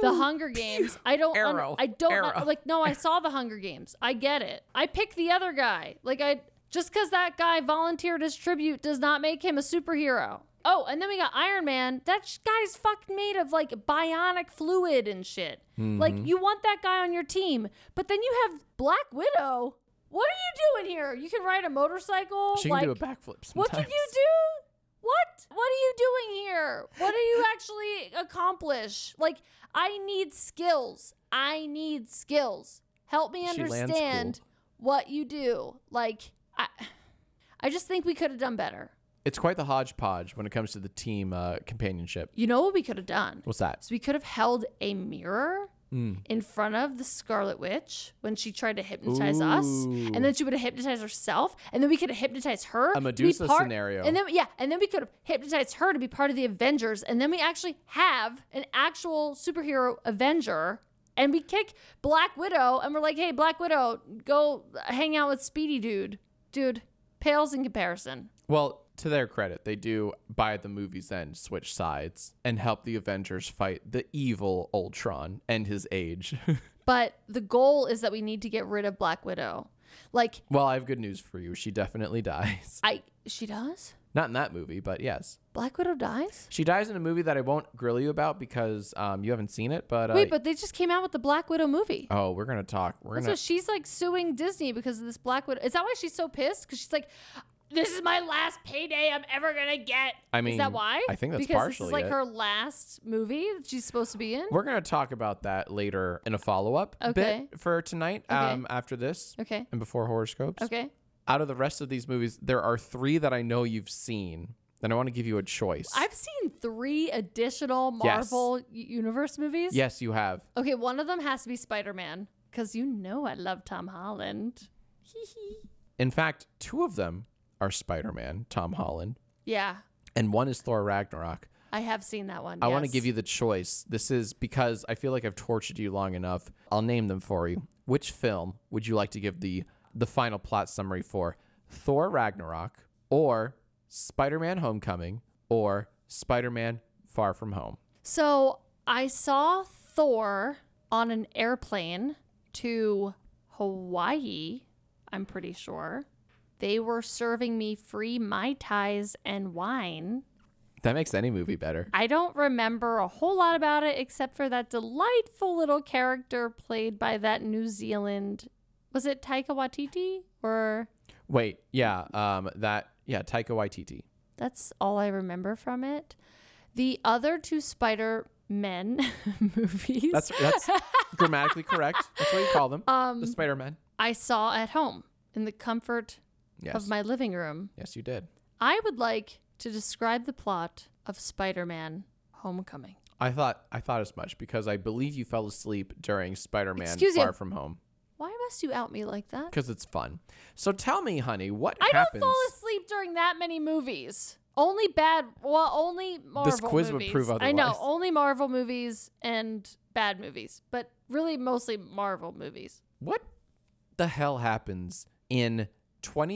Speaker 2: the Hunger Games. I don't. un-
Speaker 1: Arrow.
Speaker 2: I don't know-
Speaker 1: Arrow.
Speaker 2: like. No, I saw the Hunger Games. I get it. I pick the other guy. Like I just because that guy volunteered his tribute does not make him a superhero. Oh, and then we got Iron Man. That sh- guy's fucking made of like bionic fluid and shit. Like
Speaker 1: Mm-hmm.
Speaker 2: you want that guy on your team, but then you have Black Widow. What are you doing here? You can ride a motorcycle.
Speaker 1: she can
Speaker 2: like,
Speaker 1: do a backflip sometimes.
Speaker 2: what can you do? What? What are you doing here? What do you actually accomplish? Like, I need skills. I need skills. Help me
Speaker 1: She lands
Speaker 2: understand
Speaker 1: cool.
Speaker 2: what you do. Like, I, I just think we could have done better.
Speaker 1: it's quite the hodgepodge when it comes to the team uh, companionship
Speaker 2: You know what we could have done?
Speaker 1: what's that
Speaker 2: So we could have held a mirror
Speaker 1: Mm.
Speaker 2: in front of the Scarlet Witch when she tried to hypnotize us, and then she would have hypnotized herself, and then we could have hypnotized her. to be
Speaker 1: Medusa scenario.
Speaker 2: And then yeah, and then we could have hypnotized her to be part of the Avengers, and then we actually have an actual superhero Avenger. And we kick Black Widow, and we're like, "Hey, Black Widow, go hang out with Speedy, dude. Dude, pales in comparison."
Speaker 1: Well, to their credit, they do by the movie's end switch sides and help the Avengers fight the evil Ultron and his age.
Speaker 2: But the goal is that we need to get rid of Black Widow. Like
Speaker 1: well, I have good news for you. She definitely dies.
Speaker 2: I she does?
Speaker 1: Not in that movie, but yes.
Speaker 2: Black Widow dies?
Speaker 1: She dies in a movie that I won't grill you about because um, you haven't seen it, but, uh,
Speaker 2: Wait, but they just came out with the Black Widow movie.
Speaker 1: Oh, we're gonna talk. We're
Speaker 2: So
Speaker 1: gonna
Speaker 2: she's like suing Disney because of this Black Widow. Is that why she's so pissed? Because she's like, this is my last payday I'm ever gonna get.
Speaker 1: I
Speaker 2: is
Speaker 1: mean,
Speaker 2: that why?
Speaker 1: I think that's
Speaker 2: because this
Speaker 1: partially
Speaker 2: is like
Speaker 1: it.
Speaker 2: her last movie that she's supposed to be in.
Speaker 1: we're gonna talk about that later in a follow up
Speaker 2: Okay.
Speaker 1: bit for tonight. Um after this
Speaker 2: Okay.
Speaker 1: and before horoscopes.
Speaker 2: Okay.
Speaker 1: Out of the rest of these movies, there are three that I know you've seen. Then I want to give you a choice.
Speaker 2: I've seen three additional
Speaker 1: Yes.
Speaker 2: Marvel u- universe movies.
Speaker 1: yes, you have.
Speaker 2: Okay, one of them has to be Spider Man because you know I love Tom Holland. Hee hee.
Speaker 1: In fact, two of them are Spider Man, Tom Holland,
Speaker 2: Yeah,
Speaker 1: and one is Thor Ragnarok.
Speaker 2: I have seen that one.
Speaker 1: I want to
Speaker 2: yes.
Speaker 1: give you the choice. This is because I feel like I've tortured you long enough. I'll name them for you. Which film would you like to give the the final plot summary for? Thor Ragnarok or Spider-Man Homecoming or Spider-Man Far From Home?
Speaker 2: So I saw Thor on an airplane to Hawaii, I'm pretty sure. They were serving me free Mai Tais and wine.
Speaker 1: That makes any movie better.
Speaker 2: I don't remember a whole lot about it except for that delightful little character played by that New Zealand. Was it Taika Waititi? Or
Speaker 1: Wait, yeah, um that yeah, Taika Waititi.
Speaker 2: that's all I remember from it. The other two Spider Men movies.
Speaker 1: That's that's grammatically correct. That's what you call them.
Speaker 2: Um,
Speaker 1: the Spider-Man.
Speaker 2: I saw at home in the comfort
Speaker 1: Yes.
Speaker 2: of my living room.
Speaker 1: yes, you did.
Speaker 2: I would like to describe the plot of Spider Man Homecoming.
Speaker 1: I thought I thought as much because I believe you fell asleep during Spider-Man
Speaker 2: Excuse you.
Speaker 1: Far From Home.
Speaker 2: Why must you out me like that?
Speaker 1: because it's fun. So tell me, honey, what
Speaker 2: I
Speaker 1: happens?
Speaker 2: don't fall asleep during that many movies. Only bad, well, only Marvel
Speaker 1: quiz would
Speaker 2: movies.
Speaker 1: prove
Speaker 2: I know,
Speaker 1: otherwise.
Speaker 2: only Marvel movies and bad movies, but really mostly Marvel movies.
Speaker 1: what the hell happens in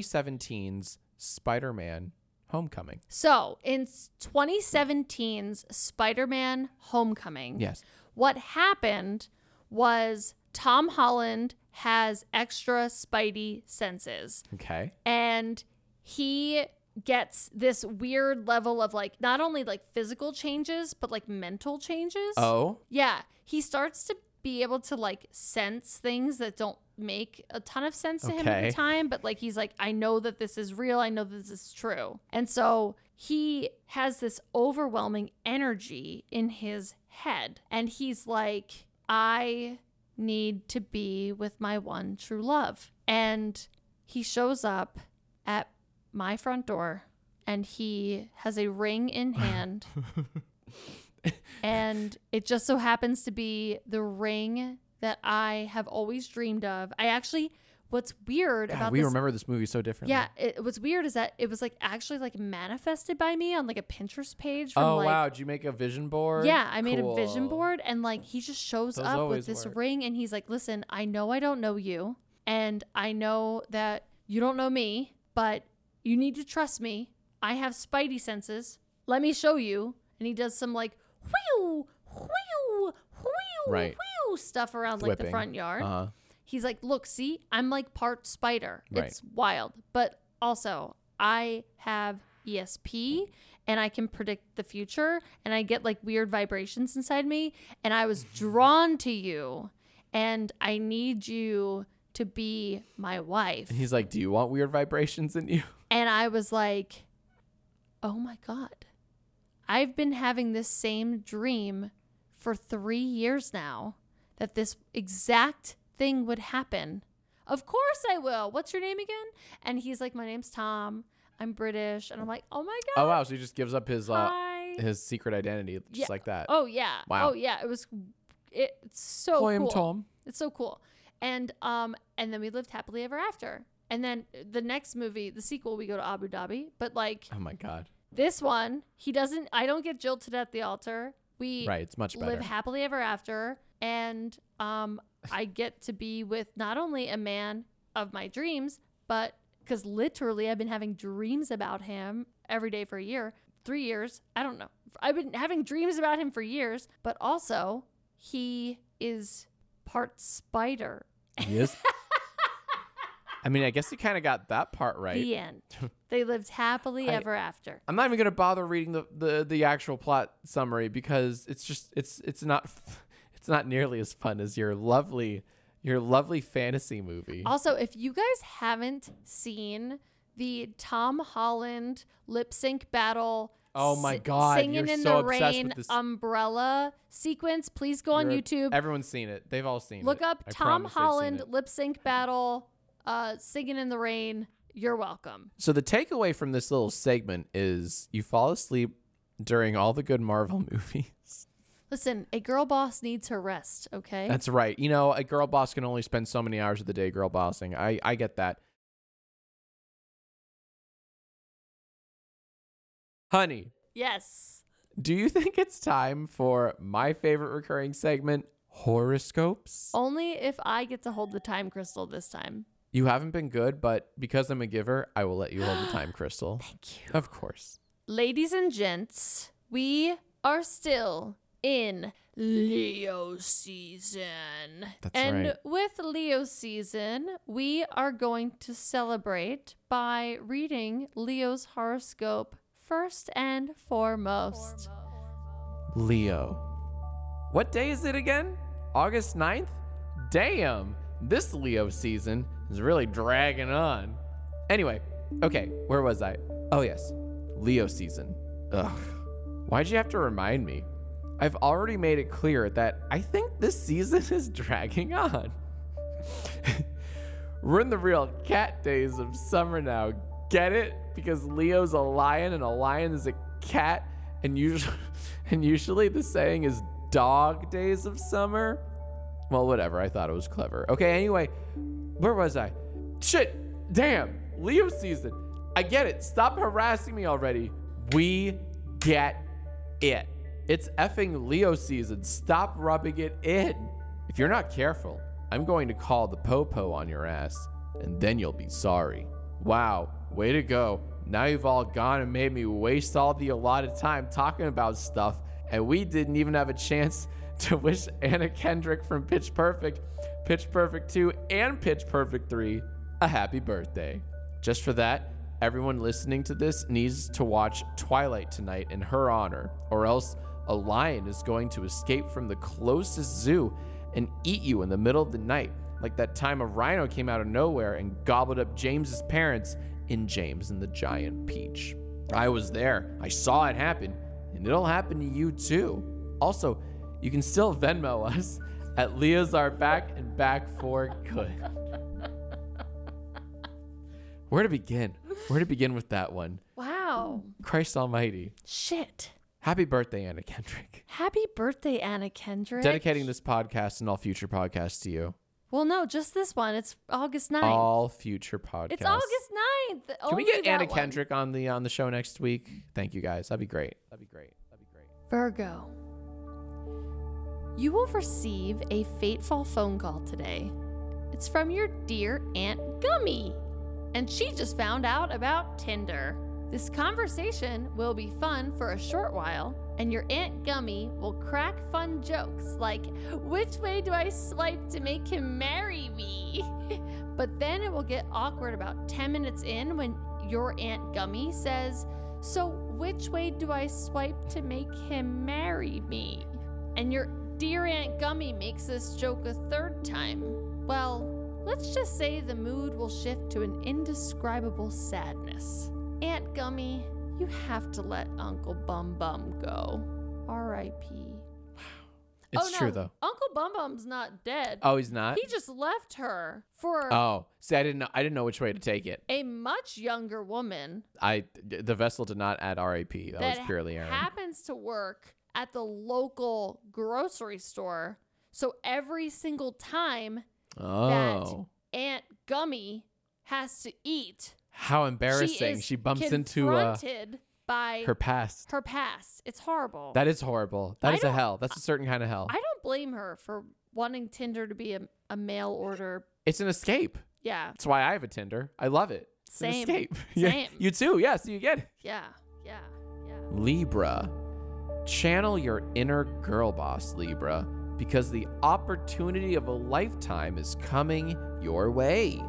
Speaker 1: 2017's Spider-Man: Homecoming?
Speaker 2: So, in s- 2017's Spider Man Homecoming,
Speaker 1: Yes.
Speaker 2: what happened was Tom Holland has extra Spidey senses
Speaker 1: Okay.
Speaker 2: and he gets this weird level of like not only like physical changes but like mental changes.
Speaker 1: Oh,
Speaker 2: Yeah, he starts to be able to like sense things that don't make a ton of sense to him at
Speaker 1: Okay.
Speaker 2: the time, but like he's like, I know that this is real. I know this is true. And so he has this overwhelming energy in his head. And he's like, I need to be with my one true love. And he shows up at my front door and he has a ring in hand. and it just so happens to be the ring that I have always dreamed of. I actually, what's weird
Speaker 1: God,
Speaker 2: about
Speaker 1: we
Speaker 2: this.
Speaker 1: remember this movie so differently.
Speaker 2: yeah, it, what's weird is that it was like actually like manifested by me on like a Pinterest page. From
Speaker 1: Oh
Speaker 2: like,
Speaker 1: wow! Did you make a vision board?
Speaker 2: yeah, I made a vision
Speaker 1: Cool.
Speaker 2: board and like he just shows
Speaker 1: Those
Speaker 2: up
Speaker 1: always
Speaker 2: with this
Speaker 1: work.
Speaker 2: ring and he's like, "Listen, I know I don't know you and I know that you don't know me, but you need to trust me. I have spidey senses. Let me show you." And he does some like whew, whew, whew,
Speaker 1: Right.
Speaker 2: whew stuff around like the
Speaker 1: Whipping.
Speaker 2: front yard.
Speaker 1: Uh-huh.
Speaker 2: He's like, look, see, I'm like part spider.
Speaker 1: Right.
Speaker 2: It's wild. But also, I have ESP and I can predict the future and I get like weird vibrations inside me. And I was drawn to you and I need you to be my wife.
Speaker 1: And he's like, "Do you want weird vibrations in you?"
Speaker 2: And I was like, oh my God, I've been having this same dream for three years now that this exact thing would happen. Of course I will. What's your name again? And he's like, my name's Tom. I'm British. And I'm like, oh my God.
Speaker 1: Oh wow! So he just gives up his uh,
Speaker 2: hi.
Speaker 1: his secret identity just
Speaker 2: Yeah.
Speaker 1: like that.
Speaker 2: Oh yeah.
Speaker 1: Wow.
Speaker 2: Oh yeah. It was it's so
Speaker 1: I am
Speaker 2: cool.
Speaker 1: Tom.
Speaker 2: It's so cool. And um and then we lived happily ever after. And then the next movie, the sequel, we go to Abu Dhabi. But like
Speaker 1: Oh my god.
Speaker 2: this one, he doesn't. I don't get jilted at the altar. We
Speaker 1: Right, it's much better.
Speaker 2: live happily ever after, and um, I get to be with not only a man of my dreams, but because literally I've been having dreams about him every day for a year, three years. I don't know. I've been having dreams about him for years, but also he is part spider.
Speaker 1: Yes. I mean, I guess you kind of got that part right.
Speaker 2: The end. they lived happily
Speaker 1: I-
Speaker 2: ever after.
Speaker 1: I'm not even gonna bother reading the, the the actual plot summary because it's just it's it's not f- it's not nearly as fun as your lovely your lovely fantasy movie.
Speaker 2: Also, if you guys haven't seen the Tom Holland lip sync battle,
Speaker 1: Oh my
Speaker 2: s-
Speaker 1: God,
Speaker 2: singing
Speaker 1: you're
Speaker 2: in
Speaker 1: so
Speaker 2: the
Speaker 1: obsessed with
Speaker 2: rain
Speaker 1: this.
Speaker 2: umbrella sequence, please go on
Speaker 1: You're-
Speaker 2: YouTube,
Speaker 1: everyone's seen it. They've all seen
Speaker 2: look
Speaker 1: it.
Speaker 2: up
Speaker 1: I
Speaker 2: Tom
Speaker 1: promise they've seen
Speaker 2: Holland
Speaker 1: it.
Speaker 2: lip sync battle, uh, singing in the rain. You're welcome.
Speaker 1: So the takeaway from this little segment is you fall asleep during all the good Marvel movies.
Speaker 2: Listen, a girl boss needs her rest. Okay.
Speaker 1: That's right. You know, a girl boss can only spend so many hours of the day girl bossing. I, I get that. Honey,
Speaker 2: yes.
Speaker 1: do you think it's time for my favorite recurring segment, horoscopes?
Speaker 2: Only if I get to hold the time crystal this time.
Speaker 1: You haven't been good, but because I'm a giver, I will let you hold the time crystal.
Speaker 2: Thank you.
Speaker 1: Of course.
Speaker 2: Ladies and gents, we are still in Leo season.
Speaker 1: That's
Speaker 2: and
Speaker 1: right.
Speaker 2: with Leo season, we are going to celebrate by reading Leo's horoscope first and foremost.
Speaker 1: Leo. What day is it again? August 9th? Damn, this Leo season is really dragging on. Anyway, okay, where was I? Oh, yes, Leo season. Ugh. Why'd you have to remind me? I've already made it clear that I think this season is dragging on. We're in the real cat days of summer now. Get it? Because Leo's a lion and a lion is a cat, and usually, and usually the saying is dog days of summer. Well, whatever. I thought it was clever. Okay. Anyway, where was I? Shit! Damn! Leo season. I get it. Stop harassing me already. We get it. It's effing Leo season. Stop rubbing it in. If you're not careful, I'm going to call the popo on your ass, and then you'll be sorry. Wow, way to go. Now you've all gone and made me waste all the allotted time talking about stuff, and we didn't even have a chance to wish Anna Kendrick from Pitch Perfect, Pitch Perfect 2, and Pitch Perfect 3 a happy birthday. Just for that, everyone listening to this needs to watch Twilight tonight in her honor, or else a lion is going to escape from the closest zoo and eat you in the middle of the night, like that time a rhino came out of nowhere and gobbled up James's parents in James and the Giant Peach. I was there. I saw it happen, and it'll happen to you too. Also, you can still Venmo us at Leo's Are Back and Back for Good. Where to begin? Where to begin with that one?
Speaker 2: Wow.
Speaker 1: Hmm. Christ Almighty.
Speaker 2: Shit.
Speaker 1: Happy birthday, Anna Kendrick.
Speaker 2: Happy birthday, Anna Kendrick.
Speaker 1: Dedicating this podcast and all future podcasts to you.
Speaker 2: Well, no, just this one. It's August 9th.
Speaker 1: All future podcasts.
Speaker 2: it's August 9th.
Speaker 1: Can we get Anna
Speaker 2: Kendrick?
Speaker 1: Kendrick on the on the show next week? Thank you guys. That'd be great. That'd be great. That'd be great.
Speaker 2: Virgo, you will receive a fateful phone call today. It's from your dear Aunt Gummy, and she just found out about Tinder. This conversation will be fun for a short while, and your Aunt Gummy will crack fun jokes like, Which way do I swipe to make him marry me? but then it will get awkward about 10 minutes in when your Aunt Gummy says, so, which way do I swipe to make him marry me? And your dear Aunt Gummy makes this joke a third time. Well, let's just say the mood will shift to an indescribable sadness. Aunt Gummy, you have to let Uncle Bum Bum go. R.I.P.
Speaker 1: It's
Speaker 2: oh, no,
Speaker 1: true though.
Speaker 2: Uncle Bum Bum's not dead.
Speaker 1: Oh, he's not.
Speaker 2: He just left her for
Speaker 1: oh, see, I didn't know. I didn't know which way to take it.
Speaker 2: a much younger woman
Speaker 1: I the vessel did not add RAP. That, was
Speaker 2: that
Speaker 1: purely Aaron.
Speaker 2: happens to work at the local grocery store. So every single time
Speaker 1: Oh.
Speaker 2: Aunt Gummy has to eat,
Speaker 1: How
Speaker 2: she
Speaker 1: embarrassing.
Speaker 2: is
Speaker 1: She, bumps into uh,
Speaker 2: confronted by
Speaker 1: her past.
Speaker 2: her past. It's horrible.
Speaker 1: That is horrible. That
Speaker 2: I
Speaker 1: is a
Speaker 2: don't-
Speaker 1: hell. That's a certain kind of hell.
Speaker 2: I don't blame her for wanting Tinder to be a, a mail order.
Speaker 1: it's an escape.
Speaker 2: Yeah,
Speaker 1: That's why I have a Tinder. I love it. It's an
Speaker 2: Same.
Speaker 1: escape. Yeah.
Speaker 2: Same.
Speaker 1: You too. Yeah, so you get it.
Speaker 2: yeah, yeah, yeah.
Speaker 1: Libra. Channel your inner girl boss, Libra, because the opportunity of a lifetime is coming your way.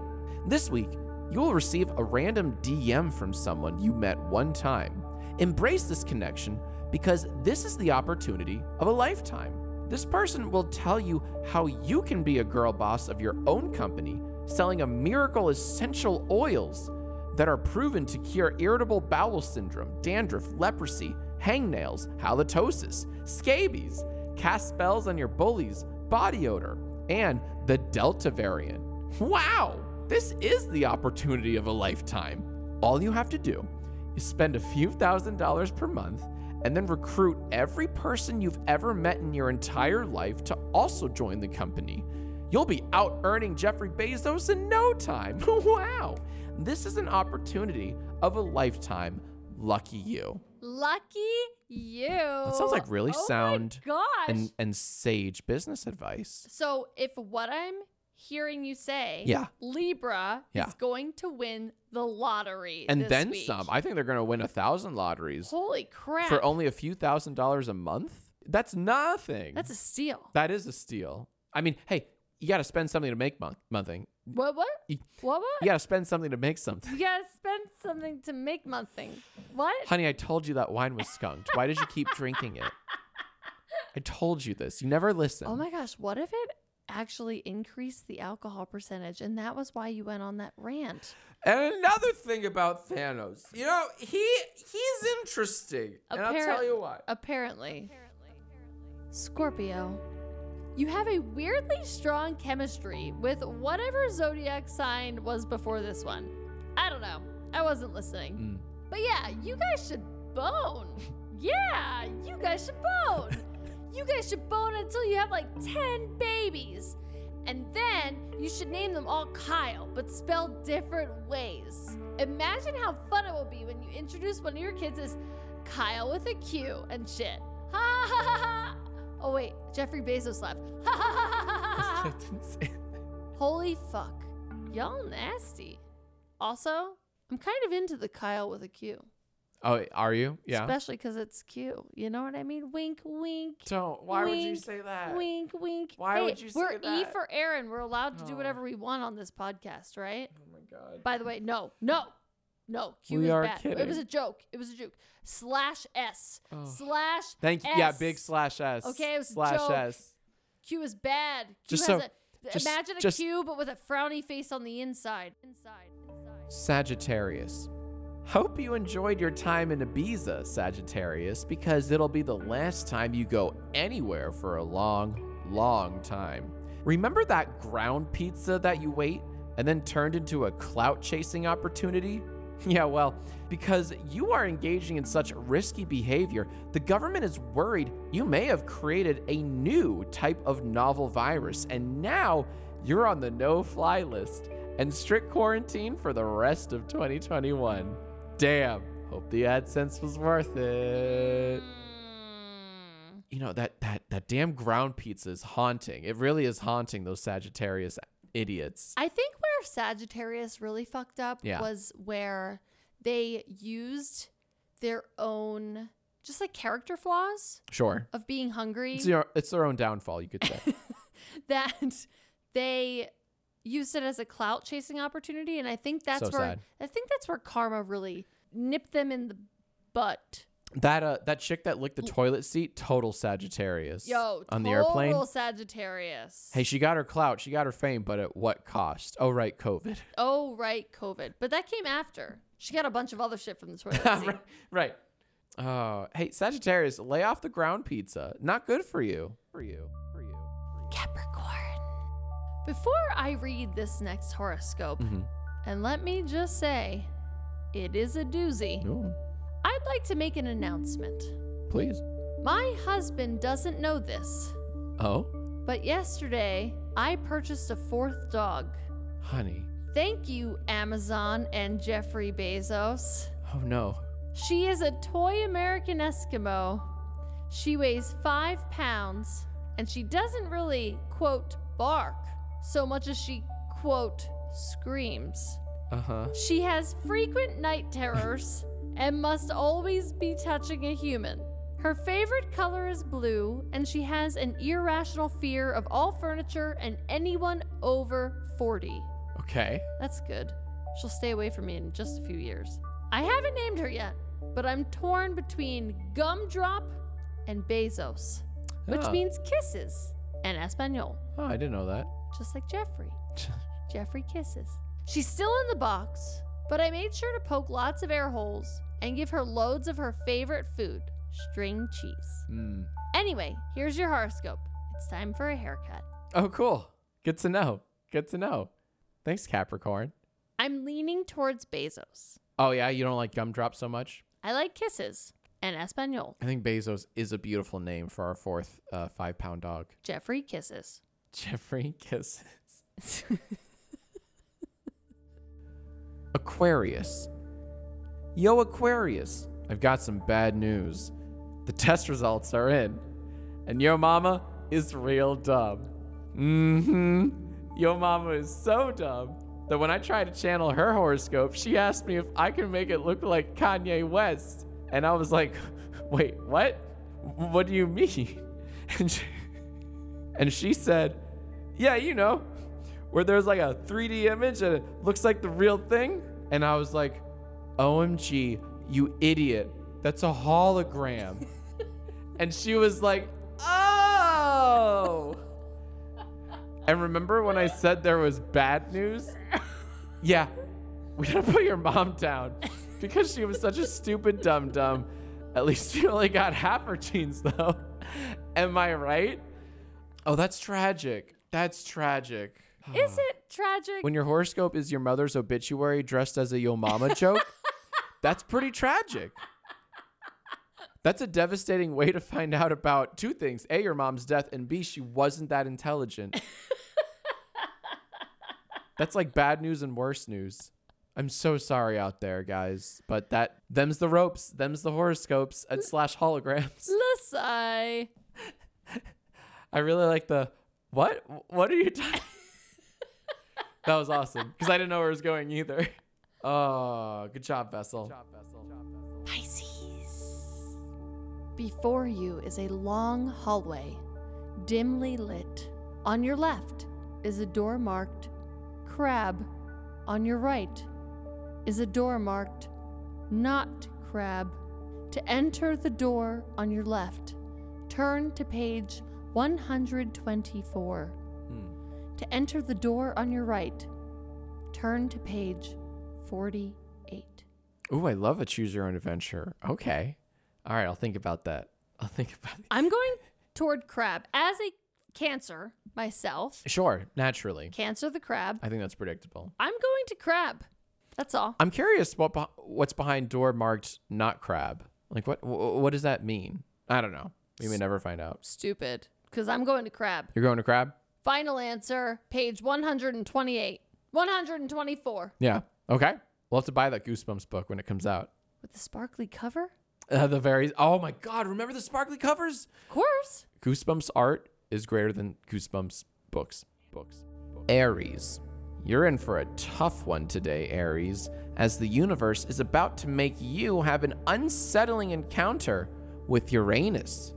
Speaker 1: This week, you will receive a random DM from someone you met one time. Embrace this connection because this is the opportunity of a lifetime. This person will tell you how you can be a girl boss of your own company, selling a miracle essential oils that are proven to cure irritable bowel syndrome, dandruff, leprosy, hangnails, halitosis, scabies, cast spells on your bullies, body odor, and the Delta variant. Wow! This is the opportunity of a lifetime. All you have to do is spend a few thousand dollars per month and then recruit every person you've ever met in your entire life to also join the company. You'll be out earning Jeffrey Bezos in no time. wow. This is an opportunity of a lifetime. Lucky you.
Speaker 2: Lucky you. That
Speaker 1: sounds like really
Speaker 2: oh
Speaker 1: sound
Speaker 2: My gosh.
Speaker 1: And and sage business advice.
Speaker 2: so if what I'm hearing you say,
Speaker 1: Yeah.
Speaker 2: Libra
Speaker 1: Yeah.
Speaker 2: is going to win the lottery,
Speaker 1: And
Speaker 2: this
Speaker 1: then
Speaker 2: week.
Speaker 1: some. I think they're going to win a thousand lotteries
Speaker 2: Holy crap!
Speaker 1: for only a few thousand dollars a month. That's nothing.
Speaker 2: That's a steal.
Speaker 1: that is a steal. I mean, hey, you got to spend something to make mon- monthing.
Speaker 2: What? What?
Speaker 1: You-
Speaker 2: What? What?
Speaker 1: You got to spend something to make something.
Speaker 2: You gotta spend something to make nothing. What?
Speaker 1: Honey, I told you that wine was skunked. Why did you keep drinking it? I told you this. You never listen.
Speaker 2: Oh my gosh! What if it actually increased the alcohol percentage, and that was why you went on that rant?
Speaker 1: And another thing about Thanos, you know, he he's interesting, and I'll tell
Speaker 2: Apparent-
Speaker 1: you why.
Speaker 2: Apparently. Scorpio. You have a weirdly strong chemistry with whatever zodiac sign was before this one. I don't know. I wasn't listening.
Speaker 1: Mm.
Speaker 2: But yeah, you guys should bone. Yeah, you guys should bone. you guys should bone until you have like 10 babies. And then you should name them all Kyle, but spelled different ways. Imagine how fun it will be when you introduce one of your kids as Kyle with a Q and shit. Ha ha ha ha. Oh wait, Jeffrey Bezos left. Ha ha ha ha ha ha.
Speaker 1: I didn't say-
Speaker 2: Holy fuck. Y'all nasty. Also, I'm kind of into the Kyle with a Q.
Speaker 1: oh, are you? Yeah.
Speaker 2: Especially because it's cute. You know what I mean? Wink, wink.
Speaker 1: Don't. Why would you
Speaker 2: Wink,
Speaker 1: say that?
Speaker 2: Wink, wink.
Speaker 1: Why
Speaker 2: Hey,
Speaker 1: would you say
Speaker 2: we're
Speaker 1: that?
Speaker 2: E for Aaron. We're allowed to do
Speaker 1: Oh.
Speaker 2: whatever we want on this podcast, right?
Speaker 1: Oh my god.
Speaker 2: By the way, no, no, no. Q
Speaker 1: We
Speaker 2: is
Speaker 1: are
Speaker 2: bad. It was
Speaker 1: kidding.
Speaker 2: a joke. It was a joke. Slash S.
Speaker 1: Oh.
Speaker 2: Slash
Speaker 1: Thank you. Yeah,
Speaker 2: S.
Speaker 1: big slash S.
Speaker 2: Okay, it was a
Speaker 1: slash
Speaker 2: joke.
Speaker 1: S.
Speaker 2: Q is bad. Q
Speaker 1: Just
Speaker 2: has
Speaker 1: so-
Speaker 2: a,
Speaker 1: just-
Speaker 2: imagine a Q
Speaker 1: just-
Speaker 2: but with a frowny face on the inside. Inside. Inside.
Speaker 1: Sagittarius. Hope you enjoyed your time in Ibiza, Sagittarius, because it'll be the last time you go anywhere for a long, long time. Remember that ground pizza that you ate and then turned into a clout chasing opportunity? Yeah, well, because you are engaging in such risky behavior, the government is worried you may have created a new type of novel virus, and now you're on the no fly list and strict quarantine for the rest of 2021. Damn, hope the AdSense was worth it.
Speaker 2: Mm.
Speaker 1: You know, that, that, that damn ground pizza is haunting. It really is haunting those Sagittarius idiots.
Speaker 2: I think where Sagittarius really fucked up
Speaker 1: Yeah.
Speaker 2: was where they used their own just like character flaws
Speaker 1: Sure.
Speaker 2: of being hungry
Speaker 1: It's, your, it's their own downfall, you could say.
Speaker 2: that they used it as a clout chasing opportunity and I think
Speaker 1: So
Speaker 2: that's where
Speaker 1: sad.
Speaker 2: I think that's where karma really nipped them in the butt.
Speaker 1: That uh, that chick that licked the toilet seat, total Sagittarius.
Speaker 2: Yo,
Speaker 1: on the airplane.
Speaker 2: total Sagittarius.
Speaker 1: Hey, she got her clout, she got her fame, but at what cost? Oh right, COVID.
Speaker 2: oh right, COVID. But that came after. She got a bunch of other shit from the toilet seat.
Speaker 1: right, right. Oh, hey Sagittarius, lay off the ground pizza. Not good for you. For you. For you.
Speaker 2: Capricorn. Before I read this next horoscope,
Speaker 1: Mm-hmm.
Speaker 2: and let me just say, it is a doozy,
Speaker 1: Ooh,
Speaker 2: I'd like to make an announcement.
Speaker 1: please.
Speaker 2: My husband doesn't know this,
Speaker 1: Oh,
Speaker 2: But yesterday, I purchased a fourth dog.
Speaker 1: Honey.
Speaker 2: Thank you, Amazon and Jeffrey Bezos.
Speaker 1: Oh no.
Speaker 2: She is a toy American Eskimo. She weighs five pounds, and she doesn't really, quote, bark so much as she, quote, screams.
Speaker 1: Uh huh.
Speaker 2: She has frequent night terrors and must always be touching a human. Her favorite color is blue, and she has an irrational fear of all furniture and anyone over 40.
Speaker 1: Okay.
Speaker 2: That's good. She'll stay away from me in just a few years. I haven't named her yet, but I'm torn between Gumdrop and Bezos, which
Speaker 1: Ah.
Speaker 2: means kisses and Espanol,
Speaker 1: Oh, I didn't know that.
Speaker 2: just like Jeffrey. Jeffrey kisses. She's still in the box, but I made sure to poke lots of air holes and give her loads of her favorite food string cheese.
Speaker 1: Hmm.
Speaker 2: Anyway, here's your horoscope. It's time for a haircut.
Speaker 1: Oh, cool. Good to know. Good to know. Thanks, Capricorn.
Speaker 2: I'm leaning towards Bezos.
Speaker 1: Oh, yeah, you don't like Gumdrop so much?
Speaker 2: I like kisses and Espanol.
Speaker 1: I think Bezos is a beautiful name for our fourth uh, five pound dog.
Speaker 2: Jeffrey kisses.
Speaker 1: Jeffrey Kisses. Aquarius. Yo, Aquarius. I've got some bad news. The test results are in, and your mama is real dumb. Mm hmm. Yo, mama is so dumb that when I tried to channel her horoscope, she asked me if I could make it look like Kanye West. And I was like, wait, what? What do you mean? And she, and she said, Yeah, you know, where there's like a 3D image and it looks like the real thing. And I was like, OMG, you idiot. That's a hologram. and she was like, Oh. and remember when I said there was bad news? Yeah, we gotta put your mom down because she was such a stupid dum dum. At least she only got half her genes, though. Am I right? Oh, that's tragic. That's tragic.
Speaker 2: Is it tragic?
Speaker 1: When your horoscope is your mother's obituary dressed as a yo mama joke, that's pretty tragic. That's a devastating way to find out about two things A, your mom's death, and B, she wasn't that intelligent. that's like bad news and worse news. I'm so sorry out there, guys, but that them's the ropes, them's the horoscopes and slash holograms.
Speaker 2: Listen, I-
Speaker 1: I really like the what? What are you talking? that was awesome because I didn't know where it was going either. Oh, good job, Vessel.
Speaker 2: Pisces. Before you is a long hallway, dimly lit. On your left is a door marked crab. On your right is a door marked not crab. To enter the door on your left, turn to page 124.
Speaker 1: Hmm.
Speaker 2: To enter the door on your right, turn to page 48.
Speaker 1: Ooh, I love a choose your own adventure. Okay, all right, I'll think about that. I'll think about it.
Speaker 2: I'm going toward crab as a cancer myself.
Speaker 1: Sure, naturally,
Speaker 2: Cancer the crab.
Speaker 1: I think that's predictable.
Speaker 2: I'm going to crab. That's all.
Speaker 1: I'm curious what beh- what's behind door marked not crab. Like what wh- what does that mean? I don't know. We may never find out.
Speaker 2: Stupid. Because I'm going to crab.
Speaker 1: You're going to crab?
Speaker 2: Final answer, page 128. 124.
Speaker 1: Yeah. Okay. We'll have to buy that Goosebumps book when it comes out.
Speaker 2: With the sparkly cover?
Speaker 1: Uh, the very oh my god! Remember the sparkly covers?
Speaker 2: Of course.
Speaker 1: Goosebumps art is greater than Goosebumps books. Books. Aries, you're in for a tough one today, Aries, as the universe is about to make you have an unsettling encounter with Uranus.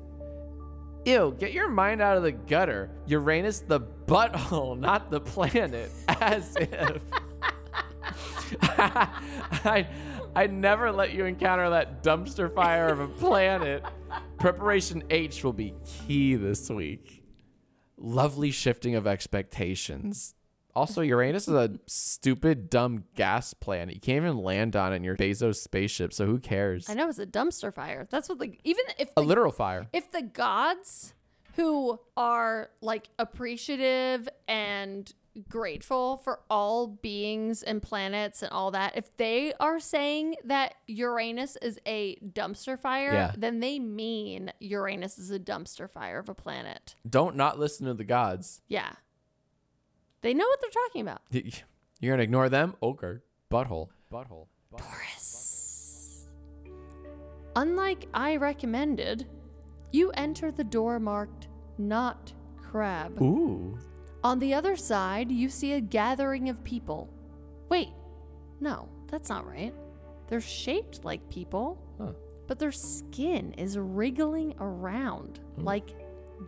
Speaker 1: Ew, get your mind out of the gutter. Uranus, the butthole, not the planet. As if. I, I never let you encounter that dumpster fire of a planet. Preparation H will be key this week. Lovely shifting of expectations. Also, Uranus is a stupid, dumb gas planet. You can't even land on it in your Bezos spaceship, so who cares?
Speaker 2: I know it's a dumpster fire. That's what the even if
Speaker 1: A
Speaker 2: the,
Speaker 1: literal fire.
Speaker 2: if the gods who are like appreciative and grateful for all beings and planets and all that. If they are saying that Uranus is a dumpster fire,
Speaker 1: Yeah.
Speaker 2: then they mean Uranus is a dumpster fire of a planet.
Speaker 1: Don't not listen to the gods.
Speaker 2: Yeah. They know what they're talking about.
Speaker 1: You're gonna ignore them? Okay. Butthole. Butthole.
Speaker 2: Boris. Unlike I recommended, you enter the door marked not crab.
Speaker 1: Ooh.
Speaker 2: On the other side, you see a gathering of people. Wait, no, that's not right. They're shaped like people,
Speaker 1: Huh.
Speaker 2: but their skin is wriggling around like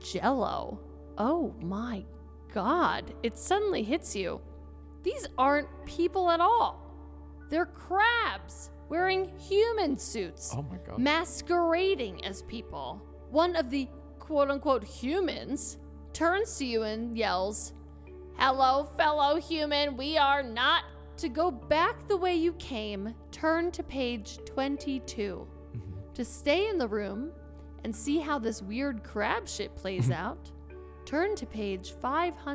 Speaker 2: jello. Oh my god, it suddenly hits you. These aren't people at all. They're crabs wearing human suits,
Speaker 1: Oh my god.
Speaker 2: masquerading as people. One of the quote unquote humans turns to you and yells, Hello, fellow human, we are not. To go back the way you came, turn to page 22 to stay in the room and see how this weird crab shit plays out, turn to page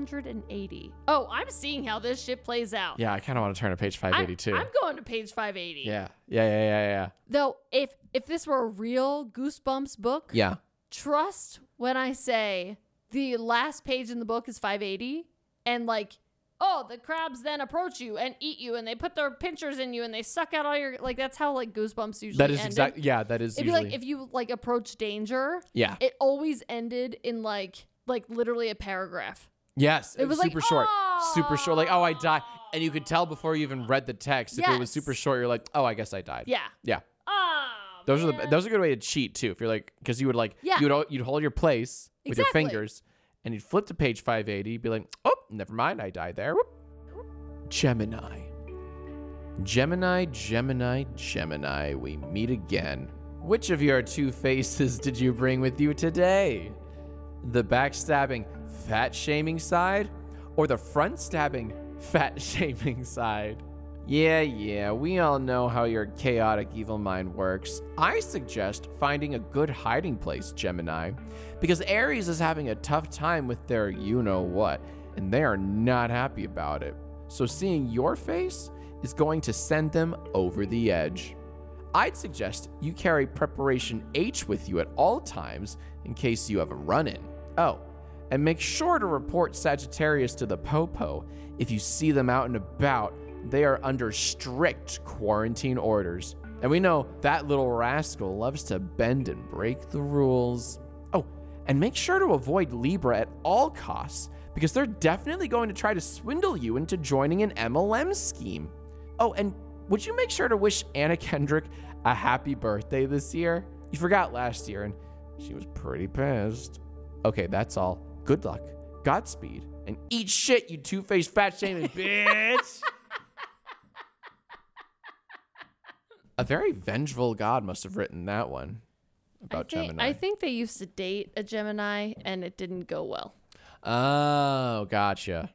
Speaker 2: 580. Oh, I'm seeing how this shit plays out.
Speaker 1: yeah, I kind of want to turn to page
Speaker 2: I'm-
Speaker 1: 582.
Speaker 2: I'm, going to page 580.
Speaker 1: yeah. Yeah, yeah, yeah, yeah.
Speaker 2: Though if if this were a real Goosebumps book,
Speaker 1: Yeah.
Speaker 2: trust when I say the last page in the book is 580 and like oh the crabs then approach you and eat you and they put their pinchers in you and they suck out all your like that's how like Goosebumps usually
Speaker 1: That is
Speaker 2: ended.
Speaker 1: exactly. Yeah, that is
Speaker 2: It'd
Speaker 1: usually.
Speaker 2: be like if you like approach danger,
Speaker 1: yeah.
Speaker 2: it always ended in like like literally a paragraph.
Speaker 1: Yes, it,
Speaker 2: It
Speaker 1: was
Speaker 2: was like,
Speaker 1: super short, super short. Like, oh, I died, and you could tell before you even read the text. If it was
Speaker 2: Yes.
Speaker 1: super short, you're like, oh, I guess I died.
Speaker 2: Yeah.
Speaker 1: yeah.
Speaker 2: Oh,
Speaker 1: Those are the that was a good way to cheat too. If you're like, because you would like,
Speaker 2: Yeah.
Speaker 1: you'd al- you'd hold your place with your
Speaker 2: Exactly.
Speaker 1: fingers, and you'd flip to page 580, be like, oh, never mind, I died there. Whoop. Gemini, Gemini, Gemini, Gemini. We meet again. Which of your two faces did you bring with you today? the backstabbing, fat shaming side, or the front stabbing, fat shaming side? Yeah, yeah, we all know how your chaotic evil mind works. I suggest finding a good hiding place, Gemini, because Aries is having a tough time with their you know what, and they are not happy about it. So seeing your face is going to send them over the edge. I'd suggest you carry preparation H with you at all times in case you have a run in. Oh, and make sure to report Sagittarius to the Popo if you see them out and about. They are under strict quarantine orders. And we know that little rascal loves to bend and break the rules. Oh, and make sure to avoid Libra at all costs because they're definitely going to try to swindle you into joining an MLM scheme. Oh, and would you make sure to wish Anna Kendrick a happy birthday this year? You forgot last year, and she was pretty pissed. Okay, that's all. Good luck, Godspeed, and eat shit, you two faced fat shaming bitch! a very vengeful god must have written that one
Speaker 2: I
Speaker 1: about
Speaker 2: think,
Speaker 1: Gemini.
Speaker 2: I think they used to date a Gemini and it didn't go well.
Speaker 1: Oh, gotcha.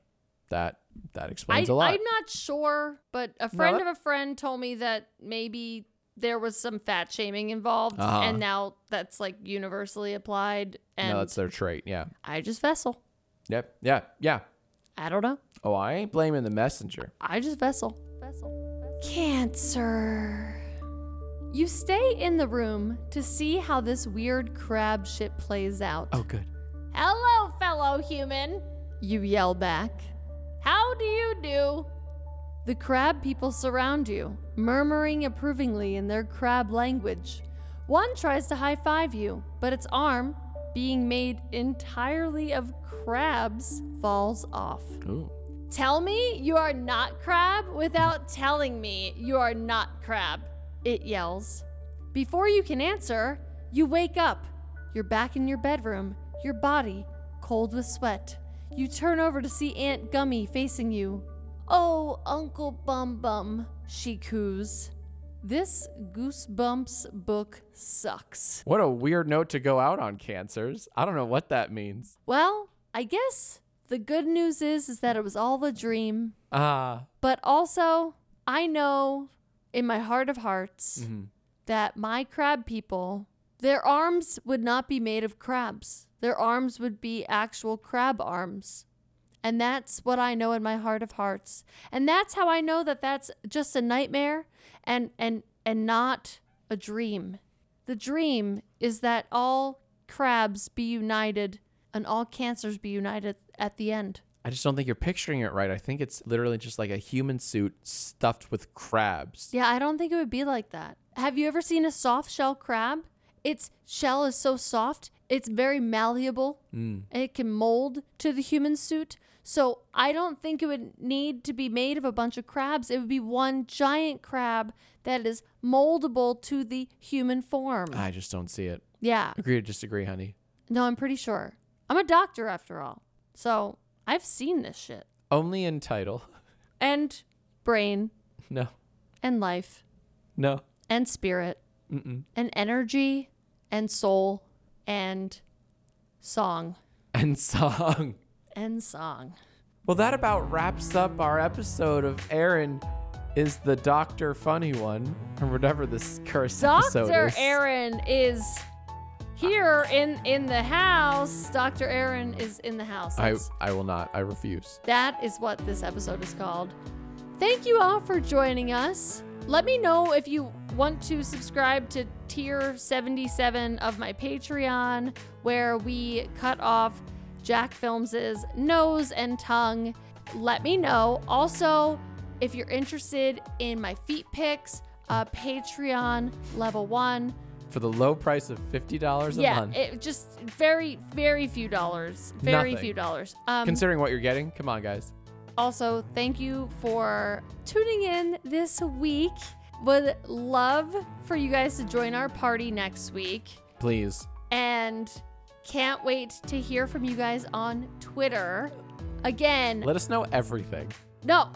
Speaker 1: That that
Speaker 2: I,
Speaker 1: explains a lot.
Speaker 2: I'm not sure, but a friend
Speaker 1: that-
Speaker 2: of a friend told me that maybe there was some fat shaming involved,
Speaker 1: Uh-huh.
Speaker 2: and now that's like universally applied. And
Speaker 1: no, that's their trait. Yeah.
Speaker 2: I just vessel.
Speaker 1: Yep. Yeah. Yeah.
Speaker 2: I don't know.
Speaker 1: Oh, I ain't blaming the messenger.
Speaker 2: I just vessel. Vessel. Cancer. You stay in the room to see how this weird crab shit plays out.
Speaker 1: Oh, good.
Speaker 2: Hello, fellow human, you yell back. How do you do? The crab people surround you, murmuring approvingly in their crab language. One tries to high five you, but its arm, being made entirely of crabs, falls off.
Speaker 1: Ooh.
Speaker 2: Tell me you are not crab without telling me you are not crab, it yells. Before you can answer, you wake up. You're back in your bedroom, your body cold with sweat. You turn over to see Aunt Gummy facing you. Oh, Uncle Bum Bum, she coos. This Goosebumps book sucks.
Speaker 1: What a weird note to go out on, cancers. I don't know what that means.
Speaker 2: Well, I guess the good news is is that it was all a dream.
Speaker 1: Ah.
Speaker 2: But also, I know in my heart of hearts that my crab people, their arms would not be made of crabs. Their arms would be actual crab arms. And that's what I know in my heart of hearts. And that's how I know that that's just a nightmare and and and not a dream. The dream is that all crabs be united and all cancers be united at the end.
Speaker 1: I just don't think you're picturing it right. I think it's literally just like a human suit stuffed with crabs.
Speaker 2: Yeah, I don't think it would be like that. Have you ever seen a soft shell crab? Its shell is so soft, it's very malleable, and it can mold to the human suit. So I don't think it would need to be made of a bunch of crabs. It would be one giant crab that is moldable to the human form.
Speaker 1: I just don't see it.
Speaker 2: yeah.
Speaker 1: Agree to disagree, honey.
Speaker 2: No, I'm pretty sure. I'm a doctor after all. So I've seen this shit.
Speaker 1: Only in title.
Speaker 2: And brain
Speaker 1: No.
Speaker 2: and life
Speaker 1: No.
Speaker 2: and spirit
Speaker 1: Mm-mm.
Speaker 2: and energy and soul and song
Speaker 1: And song.
Speaker 2: and song.
Speaker 1: Well, that about wraps up our episode of Aaron is the Doctor Funny One, or whatever this cursed episode
Speaker 2: Dr.
Speaker 1: is.
Speaker 2: Aaron is here in in the house. Dr. Aaron is in the house.
Speaker 1: I,
Speaker 2: That's-
Speaker 1: I will not. I refuse.
Speaker 2: That is what this episode is called. Thank you all for joining us. Let me know if you want to subscribe to tier 77 of my Patreon, where we cut off Jack Films' nose and tongue. Let me know. Also, if you're interested in my feet pics, uh, Patreon level one.
Speaker 1: For the low price of $50 a
Speaker 2: yeah,
Speaker 1: month,
Speaker 2: it just very, very few dollars. Very
Speaker 1: Nothing.
Speaker 2: few dollars. Um,
Speaker 1: considering what you're getting, come on, guys.
Speaker 2: Also, thank you for tuning in this week. Would love for you guys to join our party next week
Speaker 1: Please.
Speaker 2: and can't wait to hear from you guys on Twitter. Again,
Speaker 1: Let us know everything.
Speaker 2: no,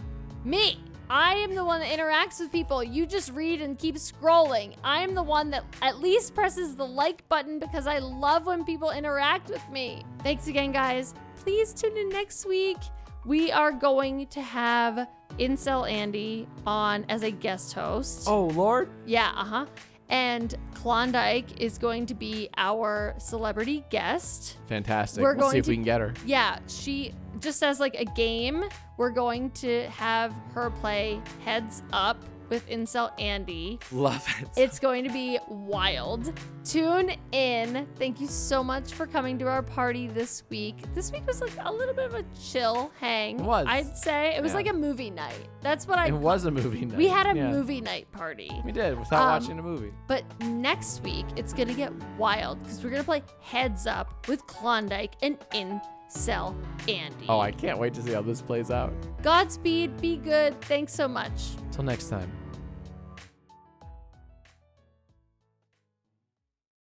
Speaker 2: me. I am the one that interacts with people. You just read and keep scrolling. I am the one that at least presses the like button because I love when people interact with me. Thanks again, guys. Please tune in next week. We are going to have Incel Andy on as a guest host.
Speaker 1: Oh, Lord.
Speaker 2: Yeah, uh huh. And Klondike is going to be our celebrity guest.
Speaker 1: Fantastic.
Speaker 2: We're
Speaker 1: We'll see
Speaker 2: going
Speaker 1: if
Speaker 2: to-
Speaker 1: we can get her.
Speaker 2: Yeah, she just as like a game, we're going to have her play heads up with incel Andy.
Speaker 1: Love it.
Speaker 2: It's going to be wild. Tune in. Thank you so much for coming to our party this week. This week was like a little bit of a chill hang.
Speaker 1: It was.
Speaker 2: I'd say it was
Speaker 1: Yeah.
Speaker 2: like a movie night. That's what I.
Speaker 1: it was a movie night.
Speaker 2: we had a
Speaker 1: Yeah.
Speaker 2: movie night party.
Speaker 1: We did without
Speaker 2: Um,
Speaker 1: watching a movie.
Speaker 2: But next week, it's going to get wild because we're going to play Heads Up with Klondike and Incel Andy.
Speaker 1: Oh, I can't wait to see how this plays out.
Speaker 2: Godspeed, be good. Thanks so much.
Speaker 1: Till next time.